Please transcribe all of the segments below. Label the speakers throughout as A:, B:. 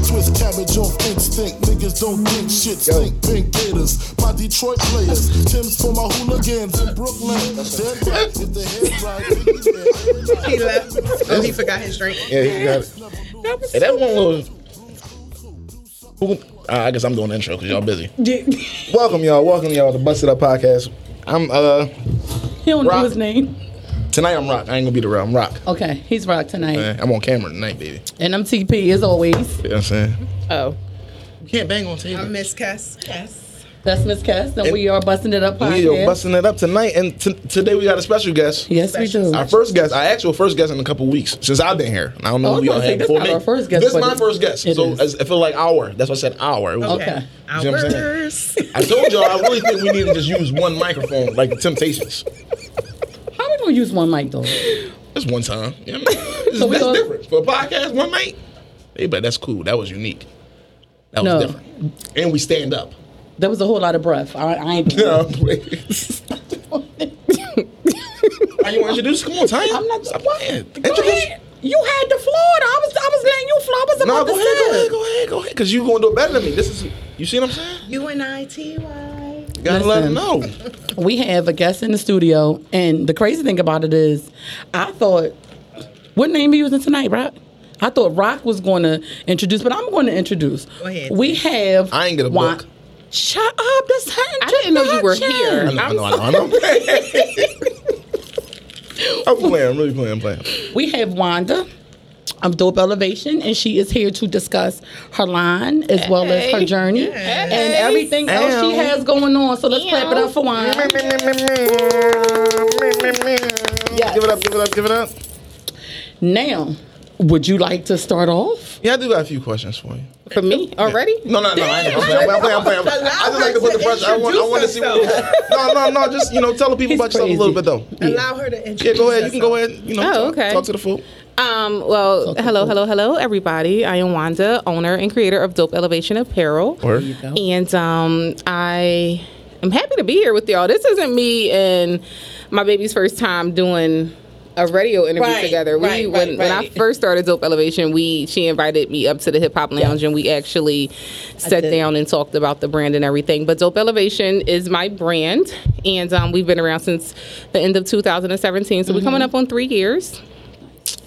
A: knowledge off instinct. Niggas don't think shit stink. Pink gators, my Detroit players. Tim's for my hooligans in Brooklyn. Dead right. If the head's right, Biggie dead.
B: He left. Oh, he forgot his drink.
C: Yeah, he got it. Hey, that one little. Who- uh, I guess I'm doing the intro because y'all busy.
D: he
C: Welcome, y'all. Welcome, y'all, to Busted Up Podcast. I'm uh
D: don't know
C: Rock.
D: his name.
C: tonight. I'm Rock. I ain't gonna be the real. I'm Rock.
D: Okay, he's rock tonight,
C: Man, I'm on camera tonight, baby.
D: and I'm TP as always.
C: You know what I'm saying?
D: Oh,
C: You can't bang on table.
B: I miss Cass. Yes.
D: that's Miss Cass, and we are busting it up
C: We are
D: podcast.
C: busting it up tonight, and t- today we got a special guest.
D: yes, we do.
C: Our first guest, our actual first guest in a couple weeks since I've been here. I don't know
D: I was
C: who y'all
D: gonna say,
C: had
D: this
C: before
D: not
C: me.
D: our first guest,
C: this is
D: but
C: my
D: it-
C: first guest,
D: it
C: so
D: is.
C: as- I feel like hour. That's why I said hour. It was-
D: Okay.
C: See what I'm saying?
B: Hours.
C: I told y'all I really think we need to just use one microphone, like the Temptations.
D: How we gonna use one mic though?
C: That's one time. Yeah, man. It's-
D: So we
C: that's
D: go-
C: different. For a podcast, one night. Hey, but that's cool. That was unique. That was
D: No.
C: different. And we stand up.
D: There was a whole lot of breath. I, I ain't. doing
C: No, please. How you want to introduce? Come on, Tanya.
D: I'm not.
C: Stop
D: What?
C: playing.
D: Go
C: Introduce-
D: ahead. You had the floor. I was. I was letting you floor. I was
C: No,
D: about
C: go
D: to
C: ahead, go
D: say.
C: ahead, go ahead, go ahead. Because you're going to do it better than me. This is, you see what I'm saying?
B: U N I T Y.
C: You gotta let them know.
D: Listen. We have a guest in the studio, and the crazy thing about it is, I thought, what name are you using tonight, Rock? I thought Rock was going to introduce, but I'm going to introduce.
B: Go ahead.
D: We have.
C: I ain't get a
D: Wan-
C: book.
D: Shut up! That's her
E: I didn't know you were
D: introduction.
C: I know, I know, I know, I know. I'm playing, I'm really playing, I'm playing.
D: We have Wanda of Dope Elevation, and she is here to discuss her line as well as her journey and everything else she
C: Ow.
D: has going on. So let's clap it up for Wanda.
C: Give it up, give it up, give it up.
D: Now, would you like to start off
C: Yeah, I do got a few questions for you.
E: For me already?
C: No, no, no. I ain't- I'm playing. I'm playing. I'm playing. I'm playing. I just like to put the pressure. I want, I want to see what. No, no, no. Just you know, tell the people
D: He's
C: about yourself a
D: crazy.
C: little bit though.
B: Allow her to introduce
C: Yeah, go ahead. You can go ahead. You know,
E: Oh,
C: talk,
E: okay.
C: talk to the fool.
E: Um, well, hello, hello, hello, everybody. I am Wanda, owner and creator of Dope Elevation Apparel.
C: Or
E: And um, I am happy to be here with y'all. This isn't me and my baby's first time doing a radio interview
B: Right,
E: together. We
B: right,
E: when,
B: right,
E: when I
B: right.
E: first started Dope Elevation, we she invited me up to the hip hop lounge and we actually sat
D: did.
E: down and talked about the brand and everything. But Dope Elevation is my brand, and um, we've been around since the end of 2017, so we're coming
B: Mm-hmm.
E: up on three years.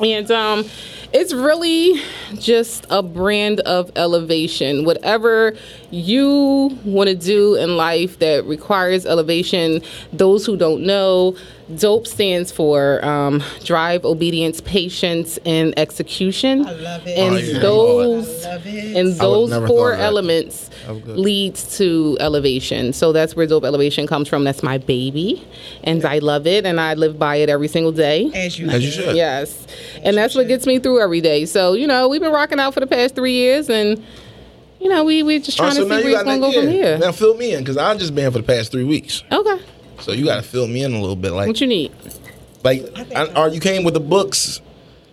E: And um, it's really just a brand of elevation. Whatever you want to do in life that requires elevation, those who don't know, DOPE stands for um, Drive, Obedience, Patience, and Execution. I
B: love it.
E: And
C: Oh, yeah.
E: those.
B: Love it.
E: And
C: I would've
E: those
C: never
E: four
C: thought of that.
E: elements
C: was good.
E: leads to elevation. So that's where dope elevation comes from. That's my baby, and I love it, and I live by it every single day.
B: as you,
C: As you should.
E: Yes. And that's what gets me through every day. So, you know, we've been rocking out for the past three years and, you know, we, we're just trying
C: Alright, so
E: to see where it's going to go
C: yeah.
E: from here.
C: Now fill me in because I've just been here for the past three weeks.
E: Okay.
C: So you got to fill me in a little bit. Like,
E: What you need?
C: like, I, or you came with the books,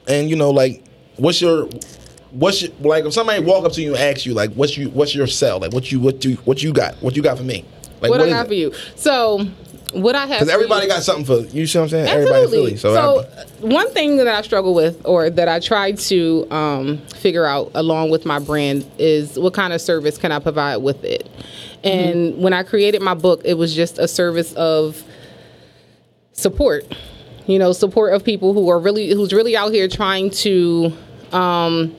C: and you know, like, what's your, what's your, like, if somebody walk up to you and ask you, like, what's you, what's your sell? Like, what you, what do, what you got? What you got for me? Like,
E: what I
C: is
E: got
C: it?
E: for you? So, what I have
C: Because
E: for
C: everybody
E: you-
C: got something for you. See what I'm saying? Everybody in Philly. So, I,
E: uh, one thing that I struggle with, or that I try to um, figure out along with my brand, is what kind of service can I provide with it.
C: Mm-hmm.
E: And when I created my book, it was just a service of support. You know, support of people who are really who's really out here trying to um,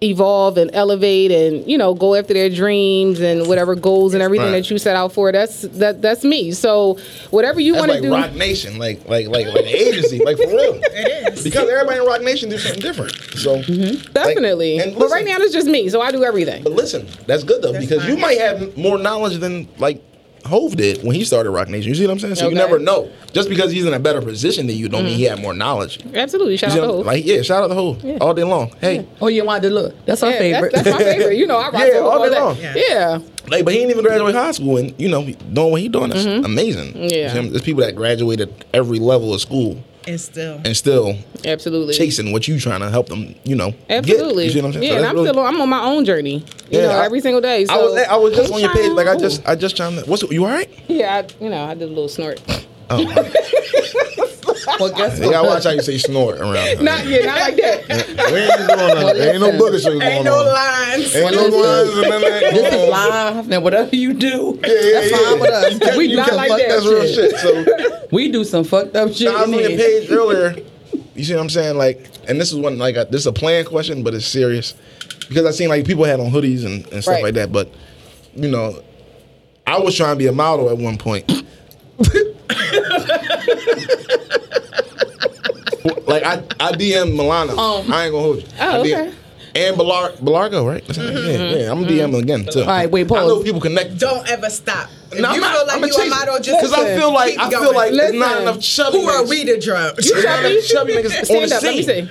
E: evolve and elevate and you know go after their dreams and whatever goals and everything
C: Right.
E: that you set out for that's that that's me so whatever you
C: that's
E: want to
C: like
E: do
C: Rock Nation, like like like like an agency, like for real. It is because everybody in Rock Nation do something different. So like,
E: Mm-hmm. Definitely.
C: and
E: but
C: listen,
E: right now it's just me, so I do everything.
C: but listen, that's good though because you
B: fine.
C: might have more knowledge than like Hove did when he started Rock Nation. You see what I'm saying? So you
E: Okay.
C: never know. Just because he's in a better position than you, don't mean he had more knowledge. You
E: Absolutely. Shout
C: see
E: out
C: what
E: to
C: I'm-
E: Hope.
C: Like yeah, shout out to Hove all day long. Hey,
D: Oh, you wanted to look. That's our
E: Yeah,
D: favorite.
E: That's, that's my favorite. You know, I rock
C: Yeah,
E: with
C: all
E: all,
C: day
E: that.
C: long.
B: Yeah.
E: Yeah.
C: Like, but he didn't even graduate high school, and you know, doing what he doing is amazing.
E: Yeah.
C: You see, there's people that graduated every level of school
B: and still.
C: and still
E: Absolutely.
C: chasing what you trying to help them, you know. get.
E: Absolutely.
C: You see what I'm saying?
E: Yeah,
C: So
E: and
C: that's
E: I'm
C: really-
E: still on, I'm on my own journey. You
C: Yeah,
E: know,
C: I-
E: every single day. So
C: I was I was just
E: Hey,
C: on your page. Like I
E: child.
C: just I just trying to. What's you all right?
E: Yeah, I, you know, I did a little snort.
C: Oh.
D: Well, guess
C: They
D: what?
C: gotta watch how you say snort around.
D: Not yeah, not like that.
C: We ain't doing nothing. There ain't no booger shit going
B: Ain't no
C: on.
B: lines.
C: Ain't no lines and none of that
D: This
C: going
D: is
C: on.
D: live, and whatever you do,
C: Yeah, yeah,
D: that's
C: yeah.
D: fine with us.
C: You can't-
D: we
C: you
D: not
C: can't
D: like
C: fuck-
D: that
C: That's
D: shit.
C: real shit. So
D: We do some fucked up shit.
C: I was on
D: in
C: your
D: here.
C: page earlier. You see what I'm saying? Like, and this is one like I, this is a planned question, but it's serious because I seen like people had on hoodies and, and stuff
D: Right.
C: like that. But you know, I was trying to be a model at one point. like I, I DM Milana. I ain't gonna hold you.
E: Oh,
C: I DM
E: okay.
C: And Belar- Belargo, right? That's- Yeah, yeah, I'm gonna DM again too. All
D: right, wait,
C: I know
D: pause.
C: people connect.
B: Don't ever stop. If
C: No, I'm
B: you
C: not-
B: feel
C: I'm
B: like
C: a
B: you a
C: chaser.
B: model, just
C: Cause I feel like
B: keep
C: I feel
B: going.
C: like there's not
D: Listen.
C: enough chubby.
B: who are
C: niggas.
B: we to judge?
C: There's not enough chubby niggas on the
E: Stand up. Let me
C: scene.
E: see.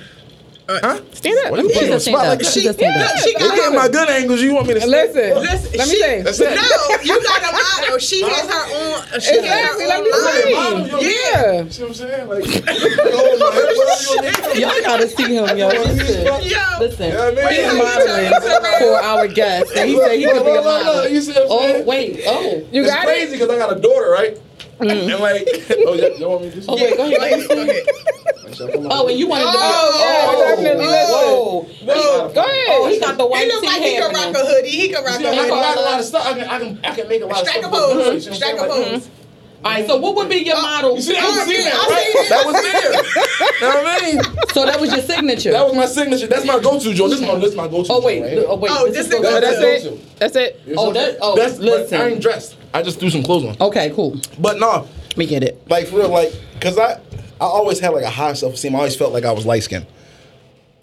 C: Huh?
E: Stand up. Let me
C: Put you
E: see.
C: on the
F: stand
C: spot
F: up.
C: like
B: She,
C: that.
B: look, she
C: You
B: got
C: get
B: him.
C: my good angles. You want me to stand
D: Listen,
B: Listen,
D: let me
B: she-
D: say.
C: That's it.
B: No, you got a model. She has her own. She
D: Exactly,
B: has her
D: let
B: own
D: me
B: line.
D: say.
B: Yeah.
C: See what I'm saying? Like, oh my, whatever you want me to do.
D: Y'all gotta see him, yo. Listen,
B: Yo,
D: listen.
C: You know what I mean?
D: He's modeling for our guest, and he said he could be a
C: Look, look, look,
D: model.
C: You see what I'm
D: Oh
C: saying?
D: wait, oh, you
C: It's
D: got it. Mm.
C: crazy because I got a daughter, right? And like, oh, yeah, you want me to do
D: Oh
C: something?
D: wait, go ahead. let me see. Oh, and you wanted to be. Oh,
B: yeah,
D: definitely.
B: Oh.
D: Listen. Go ahead. Oh, he got the
B: He
D: white
B: look
D: tee
B: like he can rock
D: happening.
B: a hoodie. He can rock
C: See, I
B: a
C: got a
B: hoodie.
C: lot, a lot of stuff. I can, I can, I can make a lot
B: Strike a
C: of stuff. with
B: pose.
C: this, you know
B: Strike
C: what
B: a
C: I'm saying? Like, mm.
B: pose.
D: All right, so what would be your model? Oh,
C: You see, I was
B: I
C: in there,
B: see
C: right?
B: it.
C: That was there. You know what I mean?
D: So that was your signature.
C: That was my signature. That's my go-to, Joe. This is my, this is my go-to.
D: oh wait,
C: joint right here.
D: oh wait.
B: Oh, this is
D: what-
B: good.
C: that's
B: That's
C: it.
E: That's it.
D: Oh, that- oh,
C: that's but
D: listen.
C: I ain't dressed. I just threw some clothes on.
D: Okay, cool.
C: But no,
D: We get it.
C: like for real, like because I I always had like a high self esteem. I always felt like I was light skinned.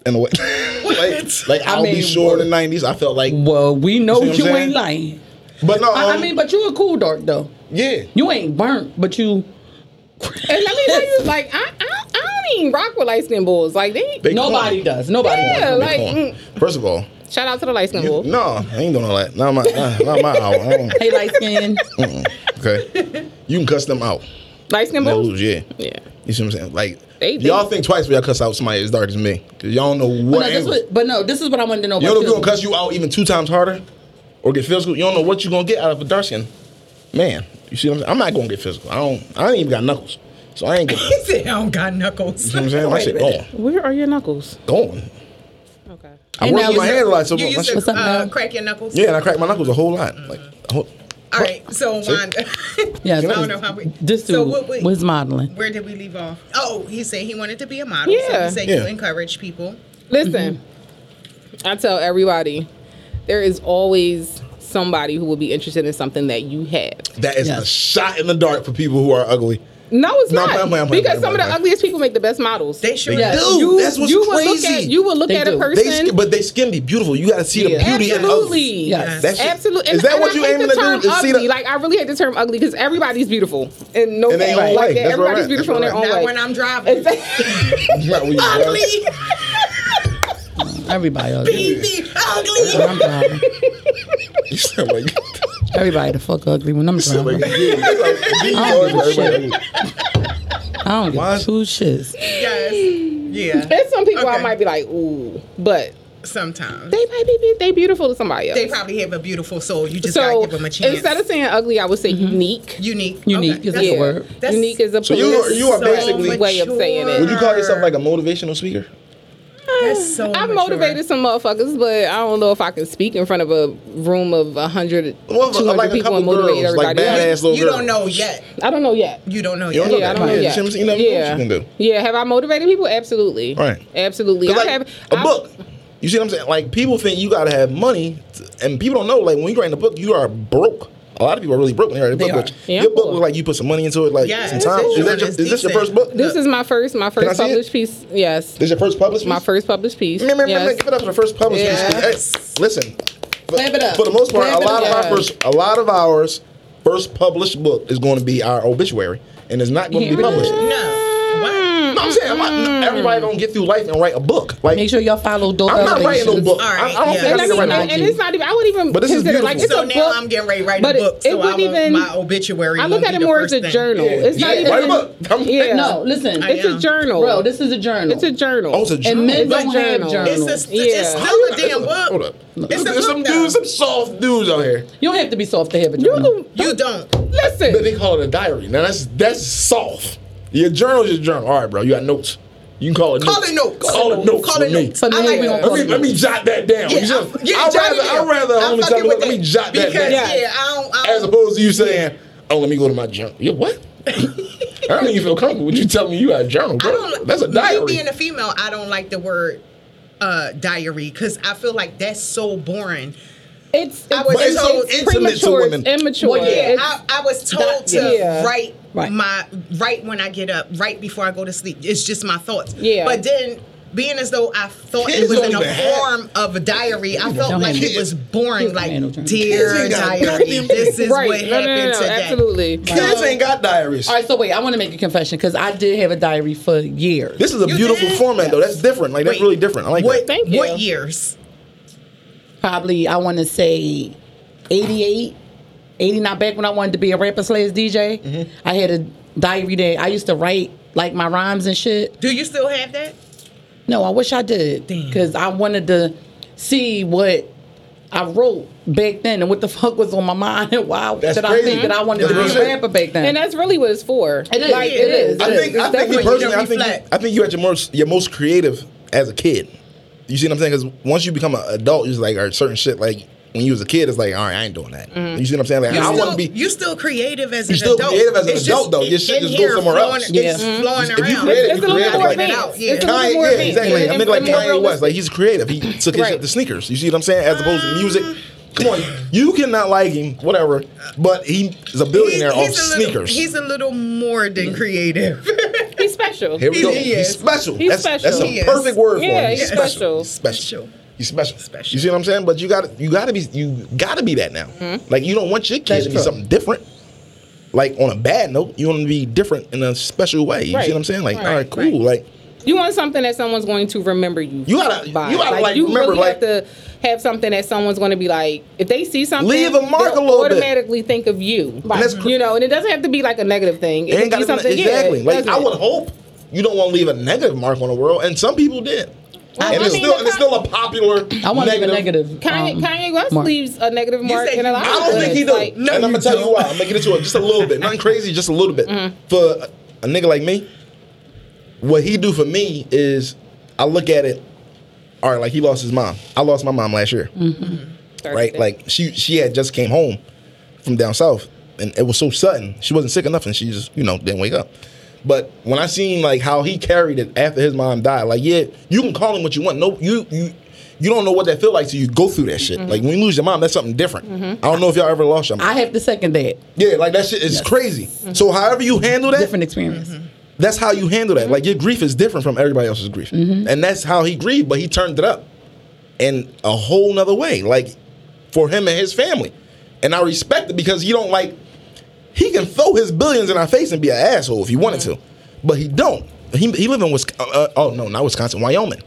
C: In a way, like, like I'll
D: mean,
C: be sure in the nineties. I felt like,
D: Well, we know
C: You
D: you,
C: see what I'm saying?
D: ain't lying.
C: but no,
D: I, I
C: um,
D: mean, but you a cool dark though.
C: yeah,
D: You ain't burnt, but you.
E: And let me tell you, like I, I, I don't even rock with light skin bulls. Like they.
C: They
D: Nobody
C: corny.
D: does. Nobody.
E: Yeah,
D: does.
C: They
E: like,
C: corny.
D: mm.
C: first of all,
E: Shout out to the light skin
C: you,
E: bull.
C: no, I ain't doing all that. Not my, not, not my hour. I don't-
D: Hey, light skin.
C: mm-mm. okay, you can cuss them out.
E: Light skin
C: They'll
E: bulls.
C: lose, yeah.
E: Yeah.
C: You see what I'm saying? Like
E: They- they-
C: y'all think twice when y'all cuss out somebody as dark as me. Cause y'all don't know what.
D: But Oh, no, this
C: angle.
D: was, but no, this is what I wanted to know
C: You
D: about
C: don't know if
D: you.
C: gonna cuss you out even two times harder or get physical. You don't know what you're gonna get out of a dark skin man. You see what I'm saying? I'm not gonna get physical. I don't. I ain't even got knuckles, so I ain't. Gonna, you
B: He said, I don't got knuckles.
C: see what I'm saying? My shit gone,
E: Where are your knuckles?
C: gone.
E: Okay.
C: I
D: And
C: work
D: now
C: with my
D: you-
C: hands a lot, so
B: You
C: my
B: used
C: shit-
B: to
D: up,
B: uh,
D: man?
B: crack your knuckles?
C: yeah, and I crack my knuckles a whole lot. Like, a whole-
B: All right, so Wanda.
D: Yes.
B: I don't know how we.
D: This dude
B: so what we,
D: was modeling.
B: where did we leave off? Oh, he said he wanted to be a model. So
E: Yeah.
B: he said
C: Yeah.
B: you encourage people.
E: Listen,
D: Mm-hmm.
E: I tell everybody, there is always somebody who will be interested in something that you have.
C: that is a
D: Yes.
C: shot in the dark for people who are ugly.
E: No, it's
C: No, I'm playing, I'm
E: not.
C: playing, I'm playing,
E: because
C: I'm
E: some of the
C: playing.
E: ugliest people make the best models.
B: They sure
C: They
B: do.
C: do. That's what's
E: you Will look
C: crazy.
E: at, you will look
D: They
E: at
D: do.
E: a
D: They
C: They
E: person.
C: skin, but they skin be beautiful. You got to see the
E: Yeah.
C: beauty in
E: Absolutely.
C: others.
D: Yes.
C: That's it.
E: Absolutely.
C: Is that
E: and
C: what
E: I
C: you
E: hate
C: aiming
E: the
C: to do?
E: term
C: Is see
E: Ugly.
C: the-
E: like I really hate the term ugly because everybody's beautiful in no
C: In their
E: way.
C: own way.
E: Like that,
C: That's where I'm
E: everybody's
C: at.
E: beautiful in their
C: That's
E: own
C: where
B: Not
E: way.
B: when I'm driving.
C: Not when you-
B: ugly,
D: Everybody. Else.
B: beefy, ugly.
D: I'm driving.
C: You sound like-
D: Everybody the fuck ugly when I'm
C: you sound like-
D: driving.
C: yeah,
D: don't give a
C: it's like-
D: shit. I don't
C: Why-
D: give two shits.
B: Yes. Yeah.
E: There's some people I
B: Okay.
E: might be like, ooh, but
B: Sometimes.
E: they might be be- they beautiful to somebody else.
B: They probably have a beautiful soul. You just
E: so
B: gotta give them a chance.
E: instead of saying ugly, I would say unique.
B: unique,
D: Unique
B: Okay.
D: is
B: That's-
D: the word.
B: that's-
E: unique is a
C: Mm-hmm. So you are- you are
E: police
C: basically-
E: way of saying it.
C: Would you call yourself like a motivational speaker?
B: That's so.
E: I've
B: mature.
E: motivated some motherfuckers, but I don't know if I can speak in front of a room of 100,
C: Well,
E: 200
C: like a
E: people and
C: couple
E: motivate
C: girls, like
E: everybody.
C: badass little
B: You
C: girl.
B: don't know yet.
E: I don't know yet.
B: You don't know
C: You
B: yet.
C: don't know
E: Yeah, I
C: that.
E: don't know
C: Yeah,
E: yet.
C: you know what I'm saying? You never know what
E: yeah.
C: you can do.
E: Yeah, have I motivated people? Absolutely.
C: Right.
E: Absolutely.
C: 'Cause,
E: I
C: Like,
E: have
C: a
E: I-
C: book. You see what I'm saying? Like people think you gotta have money, to- and people don't know. Like when you write a book, you are broke. A lot of people are really broke when they write a
D: They
C: book.
D: are.
C: but
E: Yeah,
C: your
E: I'm
C: book
E: poor.
C: look like you put some money into it, like
B: Yeah,
C: some
B: this
C: time.
B: is
C: Is that your,
B: yours.
C: is this your
B: Decent.
C: first book?
E: This is my first, my
C: I
E: first
C: see it?
E: published piece. Yes.
C: This your first published.
E: My
C: piece?
E: first published piece.
C: Man, man, man, man,
E: Yes.
C: Give it up for the first published. piece, 'cause, hey,
B: Yes.
C: Listen, for,
D: Clap it up.
C: for the most part,
D: Clap
C: a
D: it
C: lot of
D: up.
C: our first, a lot of ours first published book is going to be our obituary, and it's not going to be
D: Yeah.
C: published.
B: No. Why?
C: No, I'm saying I'm not, everybody don't get through life and write a book. Like
D: Make sure y'all follow those
C: I'm not writing no
D: elevations.
C: book.
B: All
C: I, I
B: right,
C: don't
B: yeah.
C: think
E: And,
C: I
E: I
C: need to write
E: mean,
C: a
E: and,
C: book.
E: and it's not even. I wouldn't even
C: But this is
E: consider it like it's
C: beautiful.
B: So
E: a
B: now
E: book.
B: I'm getting ready to write
E: but
B: a book.
E: It,
B: so
E: it
B: I
E: wouldn't
B: won't-
E: even.
B: my obituary.
E: I look
B: won't
E: at
B: be
E: it
B: the
E: more as
B: first
E: a
B: thing.
E: journal. It's not
C: Yeah,
E: even.
C: write a book. Come on.
E: Yeah.
D: No, listen.
B: I
E: It's a
B: am.
E: journal.
D: Bro, this is a journal.
E: It's a journal.
C: Oh, it's a journal.
D: And men
E: But
D: don't have
E: journal.
D: journals.
B: It's a, it's
E: Yeah.
B: still a damn book.
C: Hold up.
B: It's
C: There's
B: a book
C: some
B: though.
C: dudes, some soft dudes out here.
D: you don't have to be soft to have a
E: You
D: journal.
E: can
B: You don't.
C: But
E: listen.
C: they call it a diary. Now that's that's soft. Your journal is your journal. All right, bro. You got notes. You can call it
B: Call
C: notes.
B: it notes.
C: Call it notes.
B: Call
C: with
B: it
C: me.
B: notes.
D: For me,
B: I like
D: we
B: when
D: gonna
C: Let
B: you call
C: me,
B: it
C: let
B: notes.
C: me jot that down.
B: Yeah,
C: You just-
B: I- yeah,
C: I'd
B: jot it
C: rather,
B: down.
C: I'd rather
B: I'm
C: homie
B: fucking
C: tell me,
B: with
C: look, let me
B: that.
C: jot that
B: Because,
C: down.
B: yeah, I don't- I
C: As
B: don't-
C: opposed to you saying, oh, let me go to my journal. Yeah, what? I don't even feel comfortable with you telling me you got a journal,
B: I
C: bro.
B: don't. li-
C: That's a
B: Me
C: diary.
B: being a female, I don't like the word uh, diary because I feel like that's so boring.
E: It's,
B: I was
E: it's-
B: told
E: it's
B: intimate to
E: premature.
C: women.
E: It's immature.
D: Well, yeah,
E: It's-
B: I, I was told
D: that-
B: to
E: yeah.
B: write
D: Right.
B: my right when I get up, right before I go to sleep. It's just my thoughts.
E: Yeah.
B: But then, being as though I thought
C: Kids
B: it was
C: don't
B: in a
C: even have-
B: form of a diary, I felt
D: don't
B: like
D: have
B: it was boring.
D: Kids don't
B: Like,
D: have no journal.
C: Kids
B: dear
C: ain't got
B: diary,
C: goddamn-
B: this is
E: right.
B: what
E: No, no,
B: happened
E: no, no,
B: today.
E: Absolutely.
C: Kids ain't got diaries.
D: All right, so wait, I want to make a confession because I did have a diary for years.
C: This is a
B: You
C: beautiful
B: did?
C: format, though. That's different. Like, that's
B: Wait.
C: really different. I like
B: What,
C: that.
E: Thank you.
B: what years?
D: Probably, I want to say 88, 89, back when I wanted to be a rapper slash DJ.
C: Mm-hmm.
D: I had a diary that I used to write like my rhymes and shit.
B: Do you still have that?
D: No, I wish I did
B: Damn.
D: because I wanted to see what I wrote back then and what the fuck was on my mind and why
C: That's
D: did I
C: crazy.
D: think that I wanted
C: That's
D: to be
C: real
D: a rapper back then.
E: And that's really what it's for.
D: It is.
E: Like,
D: It is.
C: I think, I
E: It's
C: think me
E: definitely-
C: personally, I think,
B: reflect.
C: I think you're at your most, your most creative as a kid. You see what I'm saying? Because once you become an adult, it's like, or certain shit, like, when you was a kid, it's like, all right, I ain't doing that. You see what I'm saying? Like,
B: Mm-hmm. You
C: I
B: still,
C: want to be.
B: You still creative as
C: You
B: an
C: still
B: adult.
C: creative as an
B: It's
C: adult, though. Your
B: in-
C: shit
B: in
C: just
B: here
C: goes somewhere
B: flowing-
C: else.
D: Yeah.
B: It's just flowing
C: If you
B: around.
C: creative,
E: It's a
C: you
E: little
C: creative
E: more
C: like
E: advanced.
B: Yeah.
E: It's a little
C: Kanye,
E: more
C: yeah,
E: advanced.
C: exactly. I
E: And-
C: mean, like
E: and more
C: Kanye West,
E: realistic.
C: like he's creative. He took his shit
E: Right.
C: to sneakers. You see what I'm saying? As opposed
B: Uh-huh.
C: to music. Come on, you cannot like him, whatever, but he is a billionaire off
B: He's- he's a little-
C: sneakers.
B: He's a little more
E: Mm.
B: than creative.
E: He's special.
C: Here we
B: He
C: go.
B: is.
C: He's special.
E: He's
C: that's, That's
E: special.
C: a
B: He is.
C: perfect word for
E: Yeah,
C: him.
E: he's
C: special.
E: special.
C: He's special. He's
B: Special.
C: special.
B: Special.
C: You see what I'm saying? But you got to you got to be you got to be that now.
E: Hmm?
C: Like you don't want your kid to be
D: true.
C: something different. Like on a bad note, you want them to be different in a special way. You
E: Right.
C: see what I'm saying? Like,
E: Right,
C: all right, cool. Like
E: You want something that someone's going to remember you.
C: You gotta-
E: by.
C: you gotta, like, remember,
E: really
C: like-
E: have to have something that someone's going to be like. If they see something,
C: Leave a mark
E: they'll
C: a little bit.
E: Automatically think of you.
C: that's cr-
E: You know, and it doesn't have to be like a negative thing. It
C: It ain't
E: could
C: got
E: be
C: to
E: something
C: be
E: yeah,
C: exactly.
E: it
C: like I
E: doesn't.
C: would hope you don't want to leave a negative mark on the world, and some people did.
E: Well,
C: and
E: I
C: it's
E: mean,
C: still
E: the
C: and it's
E: con-
C: still a popular
D: I want to be a
C: negative.
D: negative.
E: Kanye,
D: um,
E: Kanye West
D: mark.
E: leaves a negative mark
B: said
E: in a
B: you-
E: lot
C: I
E: of
C: don't think he
E: things.
C: do.
E: Like,
B: No,
C: and I'm
B: you
C: gonna tell you Mm-hmm.
B: don't.
C: why. I'm making it to it just a little bit, nothing crazy, just a little bit. For a, a nigga like me, what he do for me is I look at it. All right, like he lost his mom. I lost my mom last year, right?
E: Thursday.
C: Like she she had just came home from down south, and it was so sudden. She wasn't sick or nothing. She just you know didn't wake up. But when I seen like how he carried it after his mom died, like yeah, you can call him what you want. No, you you you don't know what that feel like till you go through that shit. Like when you lose your mom, that's something different. I don't know if y'all ever lost your mom.
D: Mm-hmm. I have to second that.
C: yeah, like that shit is crazy. So however you handle that,
D: Different experience.
C: Mm-hmm. that's how you handle that. Like your grief is different from everybody else's grief, and that's how he grieved. But he turned it up in a whole nother way, like for him and his family. And I respect it because he don't like he can throw his billions in our face and be an asshole if he wanted to, but he don't. He he live in Wisconsin. Uh, oh no, not Wisconsin, Wyoming.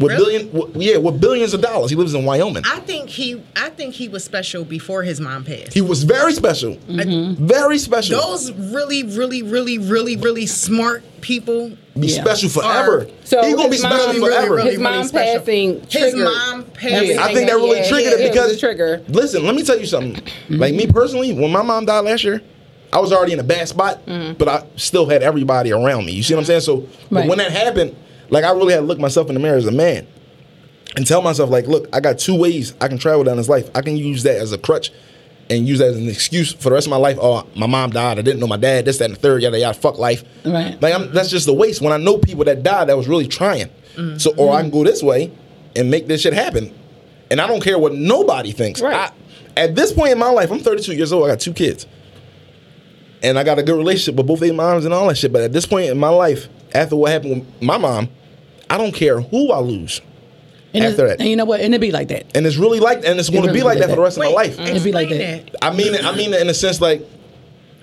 C: With
B: Really?
C: billion, w- yeah, with billions of dollars, he lives in Wyoming.
B: I think he I think he was special before his mom passed.
C: he was very special, very special.
B: Those really, really, really, really, really smart people.
C: be
D: Yeah.
C: special forever.
E: So
C: he gonna be
E: his mom-
C: special
B: Really,
E: Really,
C: forever.
E: really, His mom
B: special.
E: passing
B: His
E: triggered
B: mom passing.
E: everything.
C: I think that really
E: Yeah,
C: triggered
E: yeah,
C: it because
E: was a trigger.
C: Listen, let me tell you something. Like me personally, when my mom died last year, I was already in a bad spot,
E: Mm-hmm.
C: but I still had everybody around me. You see what I'm saying? So but
D: Right.
C: when that happened, like I really had to look myself in the mirror as a man and tell myself, like, look, I got two ways I can travel down this life. I can use that as a crutch and use that as an excuse for the rest of my life. Oh, my mom died. I didn't know my dad. This, that, and the third. Yada yada. Fuck life.
D: Right.
C: Like I'm, that's just a waste. When I know people that died, that was really trying. So, or I can go this way and make this shit happen, and I don't care what nobody thinks.
E: Right.
C: I, at this point in my life, I'm 32 years old. I got two kids, and I got a good relationship with both their moms and all that shit. But at this point in my life, after what happened with my mom, I don't care who I lose,
D: And
C: After
D: it's-
C: that. Eh.
D: And you know what? And it be like that.
C: and it's really like, and it's going to
D: really
C: be like
D: did
C: that for
D: that.
C: the rest of
B: Wait, Mm.
C: my life.
D: It'd be like
B: explain
D: that.
C: I mean it. I mean it in a sense like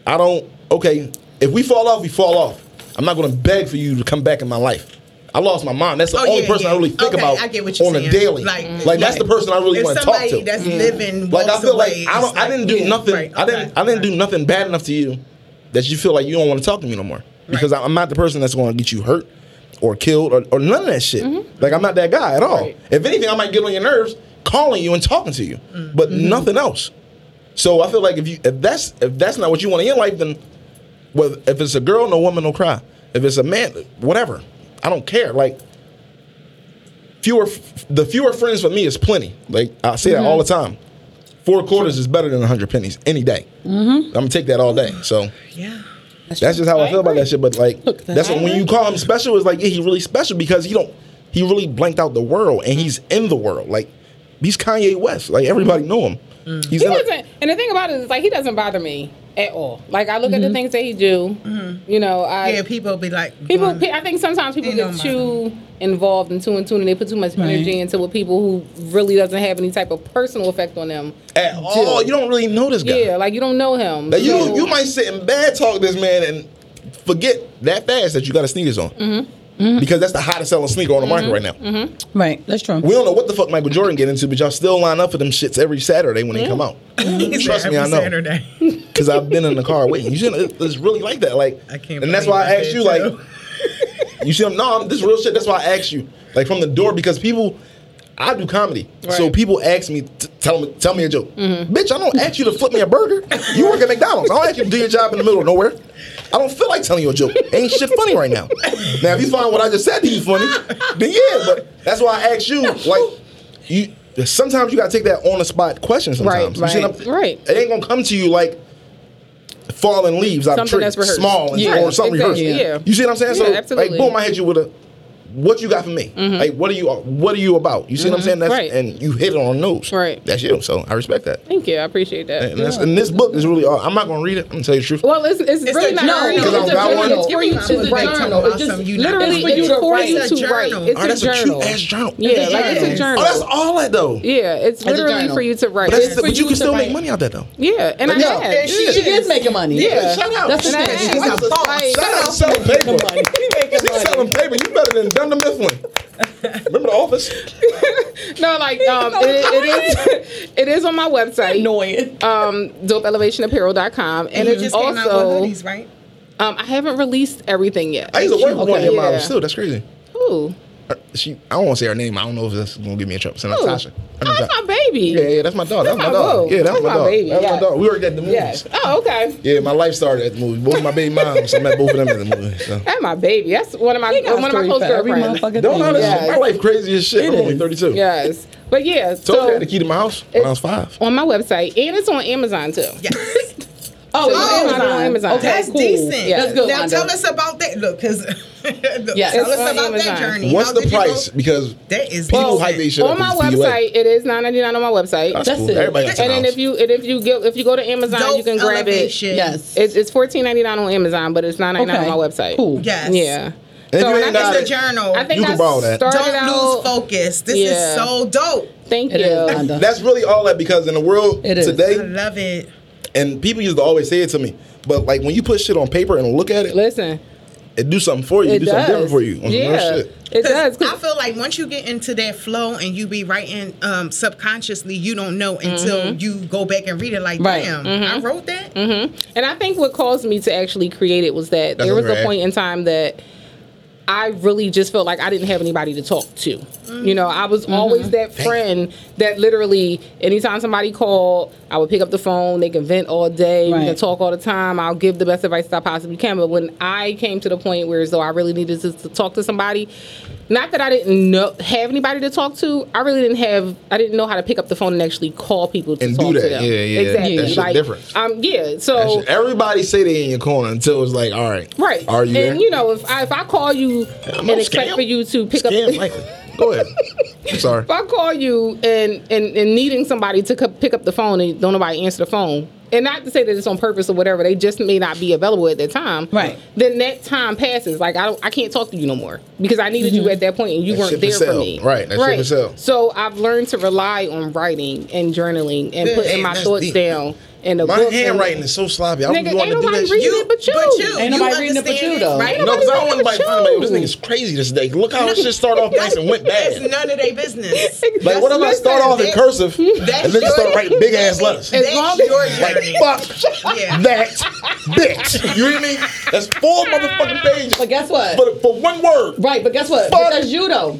C: I don't. Okay, if we fall off, we fall off. I'm not going to beg for you to come back in my life. I lost my mom. That's the
B: Oh,
C: only
B: yeah,
C: person I
B: yeah.
C: really think
B: Okay,
C: about
B: I get what you're
C: on
B: saying.
C: a daily. Like,
B: Like,
C: that's the
B: like,
C: person I really
B: if
C: want to talk
B: somebody
C: to.
B: that's
E: Mm.
B: living
C: like I
B: walks
C: feel
B: away,
C: like I
B: it's
C: don't. I
B: like,
C: didn't do
B: yeah,
C: nothing.
B: right,
C: I didn't.
B: okay,
C: I didn't
B: okay.
C: do nothing bad enough to you that you feel like you don't want to talk to me no more because I- I'm not the person that's going to get you hurt or killed or, or none of that shit.
B: Mm-hmm.
C: Like I'm not that guy at all.
E: Right.
C: If anything, I might get on your nerves calling you and talking to you,
B: Mm-hmm.
C: but nothing else. So I feel like if you if that's if that's not what you want in your life, then Well, if it's a girl, no woman, no cry. If it's a man, whatever. I don't care. Like fewer, f- the fewer friends for me is plenty. Like I say that all the
B: Mm-hmm.
C: time. Four quarters is better than a hundred pennies any day. I'm
E: Mm-hmm.
C: gonna take that all day. So
B: Yeah.
C: that's just how I, feel about that shit. But like, that's what, when you call him special, it's like yeah, he's really special because he don't he really blanked out the world and he's in the world. Like he's Kanye West. Like everybody know him. He's
E: Mm. He
C: in a-
E: doesn't. And the thing about it is, like, he doesn't bother me at all. Like, I look
C: Mm-hmm.
E: at the things that he do. You know, I
B: Yeah, people be like,
E: people.
B: going-
E: pe- I think sometimes people
B: Ain't
E: get
B: no
E: too involved and too in tune, and they put too much energy into what people who really doesn't have any type of personal effect on them.
C: at all. You don't really know this guy.
E: Yeah, like you don't know him.
C: Like you,
E: so-
C: you might sit and bad talk this man and forget that fast that you got a sneakers on.
E: Mm-hmm.
C: Because that's the hottest selling sneaker on the market right now.
D: Right. That's true.
C: We don't know what the fuck Michael Jordan get into, but y'all still line up for them shits every Saturday when they come out.
B: He's
C: Trust
B: there
C: me, I
B: every
C: know.
B: Saturday.
C: Because I've been in the car waiting. You should it's really like that. Like,
B: I can't
C: and that's
B: believe
C: why I
B: I
C: asked
B: did
C: you,
B: too.
C: like, you see, I'm no, I'm, this real shit. That's why I asked you, like, from the door, because people, I do comedy, so
E: Right. Mm-hmm.
C: people ask me, t- tell me, tell me a joke, bitch. I don't ask you to flip me a burger. You work at McDonald's. I don't ask you to do your job in the middle of nowhere. I don't feel like telling you a joke. Ain't shit funny right now. Now, if you find what I just said to you funny, then yeah. But that's why I asked you, like, you. Sometimes you gotta take that on the spot question. Sometimes
E: Right,
C: You see what
E: right,
C: I'm-
E: right.
C: It ain't gonna come to you like falling leaves out of
E: Something
C: tree,
E: that's rehearsed.
C: small and,
E: Yeah,
C: or something
E: exactly,
C: rehearsed.
E: yeah.
C: You see what I'm saying?
E: Yeah,
C: so
E: absolutely. Mm-hmm.
C: like boom, I hit you with a what you got for me? Like what are you what are you about? You see what I'm saying? That's
E: Right.
C: and you hit it on the nose.
E: Right.
C: That's you. So I respect that.
E: Thank you. I appreciate that.
C: And, that's, and this book is really all. I'm not gonna read it. I'm gonna tell you the truth.
E: Well, it's, it's, really
B: a
E: not
B: journal.
E: original.
C: Because I've
E: It's a
C: got one.
E: journal.
C: It's
B: giving you
E: It's a
B: something to write
E: journal.
B: about
E: It's just
B: something you not-
E: literally
B: It's for
E: it's
B: you to
E: for
B: write.
E: you
B: It's a
E: to write.
B: journal.
E: It's
C: oh,
E: a
C: that's a,
E: journal.
C: cute ass journal.
E: Yeah, like it's a journal.
C: Oh, that's all that though.
E: Yeah, it's
D: a
E: literally
D: journal.
E: for you to write.
C: But, that's
E: It's
C: the,
E: for
C: but you
E: to
C: can still make
E: write.
C: money out that though.
E: Yeah, and I
C: No,
E: have.
C: and
D: She, she is making money.
E: Yeah.
C: Shout out.
D: That's what
E: And
D: she
E: I-
D: is. She's
E: and I
D: a
E: was
D: boss.
E: like-
C: Shout out selling
D: Making
C: paper.
D: money. Making
C: She's selling
D: money.
C: paper. You better than Dunder Mifflin. Remember the office?
E: No, like um, it, it is. It is on my website.
D: Annoying.
E: Um, dopeelevationapparel.com, and
B: And it
E: it's
B: just came out
E: also.
B: with hoodies, right?
E: Um, I haven't released everything yet.
C: I used to work with one of your
E: Okay.
C: models
E: Yeah.
C: too. That's crazy.
E: Ooh.
C: Her- She, I don't want to say her name. I don't know if that's gonna get me in trouble. So
E: Ooh.
C: Natasha. Her
E: Oh,
C: name's
E: that's
C: Tasha.
E: my baby.
C: Yeah, yeah, that's my dog. That's,
E: That's
C: my
E: my
C: dog.
E: boo.
C: Yeah, that's,
E: That's
C: my
E: my
C: dog.
E: baby,
C: That's my
E: yeah.
C: dog. We worked at the movies.
D: Yes.
E: Oh, okay.
C: Yeah, my life started at the movie. Both my baby moms. I met both of them at the movie. So.
E: That's my baby. That's one of my
D: He got
E: one of my
D: stories
E: close
D: for every
E: girlfriends.
D: motherfucker.
C: Don't know this
E: Yeah.
C: shit. My life crazy as shit.
D: It
C: I'm only
D: is.
C: 32.
E: Yes, but yeah.
C: Told you I
E: So
C: had the key to my house when I was five.
E: on my website, and it's on Amazon too.
B: Yes.
D: Oh, it's
E: Oh,
D: Amazon.
E: on Amazon.
D: Okay,
B: That's
D: cool.
B: decent.
E: Yeah.
D: That's good.
B: Now
D: Wanda.
B: tell us about that. Look, because
D: Yes.
B: tell
E: It's
B: us
E: on
B: about
E: Amazon.
B: that journey.
C: What's
B: How
C: the
B: did you go-
C: price? Because
B: That is
C: people
B: decent.
C: hype they shit
E: on
C: up
E: my
C: with this
E: website, it is nine ninety nine on my website.
C: That's,
D: That's
C: cool.
D: it.
C: Everybody got
E: and then if you and if you go if you go to Amazon,
B: Dope
E: you can grab
B: elevation.
E: it.
D: Yes.
E: It's it's fourteen ninety nine on Amazon, but it's nine ninety nine
D: Okay.
E: on my website.
D: Cool.
B: Yes.
E: Yeah.
C: And if
E: So,
C: you
E: and
C: ain't
E: I
C: got
E: think
B: It's a
C: it,
B: journal.
E: I think
C: You
E: I
C: can borrow that.
E: started
B: Don't lose
E: out.
B: focus. This
E: Yeah.
B: is so dope.
E: Thank
D: It
E: you.
D: is, Wanda.
C: that's really all that because in the world
D: It is.
B: I
C: today,
B: love it.
C: and people used to always say it to me, but like when you put shit on paper and look at it,
E: Listen,
C: it do something for you.
E: it
C: do
E: does
C: something different for you. On some real
E: Yeah,
C: shit.
E: it does. 'cause-
B: I feel like once you get into that flow and you be writing um, subconsciously, you don't know until
E: Mm-hmm.
B: you go back and read it. Like,
D: Right.
B: damn, I wrote that.
E: And I think what caused me to actually create it was that
C: That's
E: there was
C: what I'm
E: a point
C: asking.
E: in time that I really just felt like I didn't have anybody to talk to. You know, I was always that friend that literally, anytime somebody called, I would pick up the phone. They can vent all day. We can
D: Right.
E: talk all the time. I'll give the best advice that I possibly can. But when I came to the point where as though I really needed to, to talk to somebody, not that I didn't know have anybody to talk to, I really didn't have. I didn't know how to pick up the phone and actually call people to
C: And do
E: talk
C: that.
E: to them.
C: Yeah, yeah.
E: exactly.
C: That shit
E: like,
C: different.
E: Um, yeah.
C: That
E: So
C: shit- Everybody say they in your corner until it's like, all right,
E: Right.
C: Are you?
E: And
C: there?
E: you know, if I if I call you
C: no
E: and expect
C: scam.
E: for you to pick
C: Scam
E: up.
C: Michael. Go ahead. I'm sorry.
E: If I call you and, and, and needing somebody to co- pick up the phone and don't nobody answer the phone, and not to say that it's on purpose or whatever, they just may not be available at that time.
D: Right.
E: Then that time passes. Like I don't, I can't talk to you no more because I needed you at that point and you
C: That shit
E: weren't there
C: for
E: for
C: sale.
E: me.
C: Right. That shit for sale.
E: So I've learned to rely on writing and journaling and
C: Yeah,
E: putting
C: and
E: my
C: that's
E: thoughts
C: deep.
E: down in a
C: My
E: book. and-
C: handwriting is so sloppy. I don't
E: Nigga,
C: even want
E: ain't
C: to do
E: nobody
C: that shit.
E: reading
B: You-
E: it but you.
B: but you.
D: Ain't nobody reading it but
B: understand
D: you,
B: it.
D: though.
B: Right?
E: Ain't
C: No, because I don't
E: nobody
C: want anybody
E: reading
C: to find out. This
E: but you.
C: nigga's crazy this day. Look how shit started off nice and went
B: That's
C: bad.
B: none of their business.
C: Like, what if I
B: Listen,
C: start off in
B: that-
C: cursive and then
B: your-
C: start writing big ass
B: that-
C: letters?
B: That's
E: As long as-
B: your
C: Like,
B: journey.
C: fuck
B: Yeah.
C: that bitch. You hear me? That's four
E: Oh
C: motherfucking pages
D: But guess what?
C: for, for one word.
D: right, but guess what?
C: Fuck.
D: But that's you though.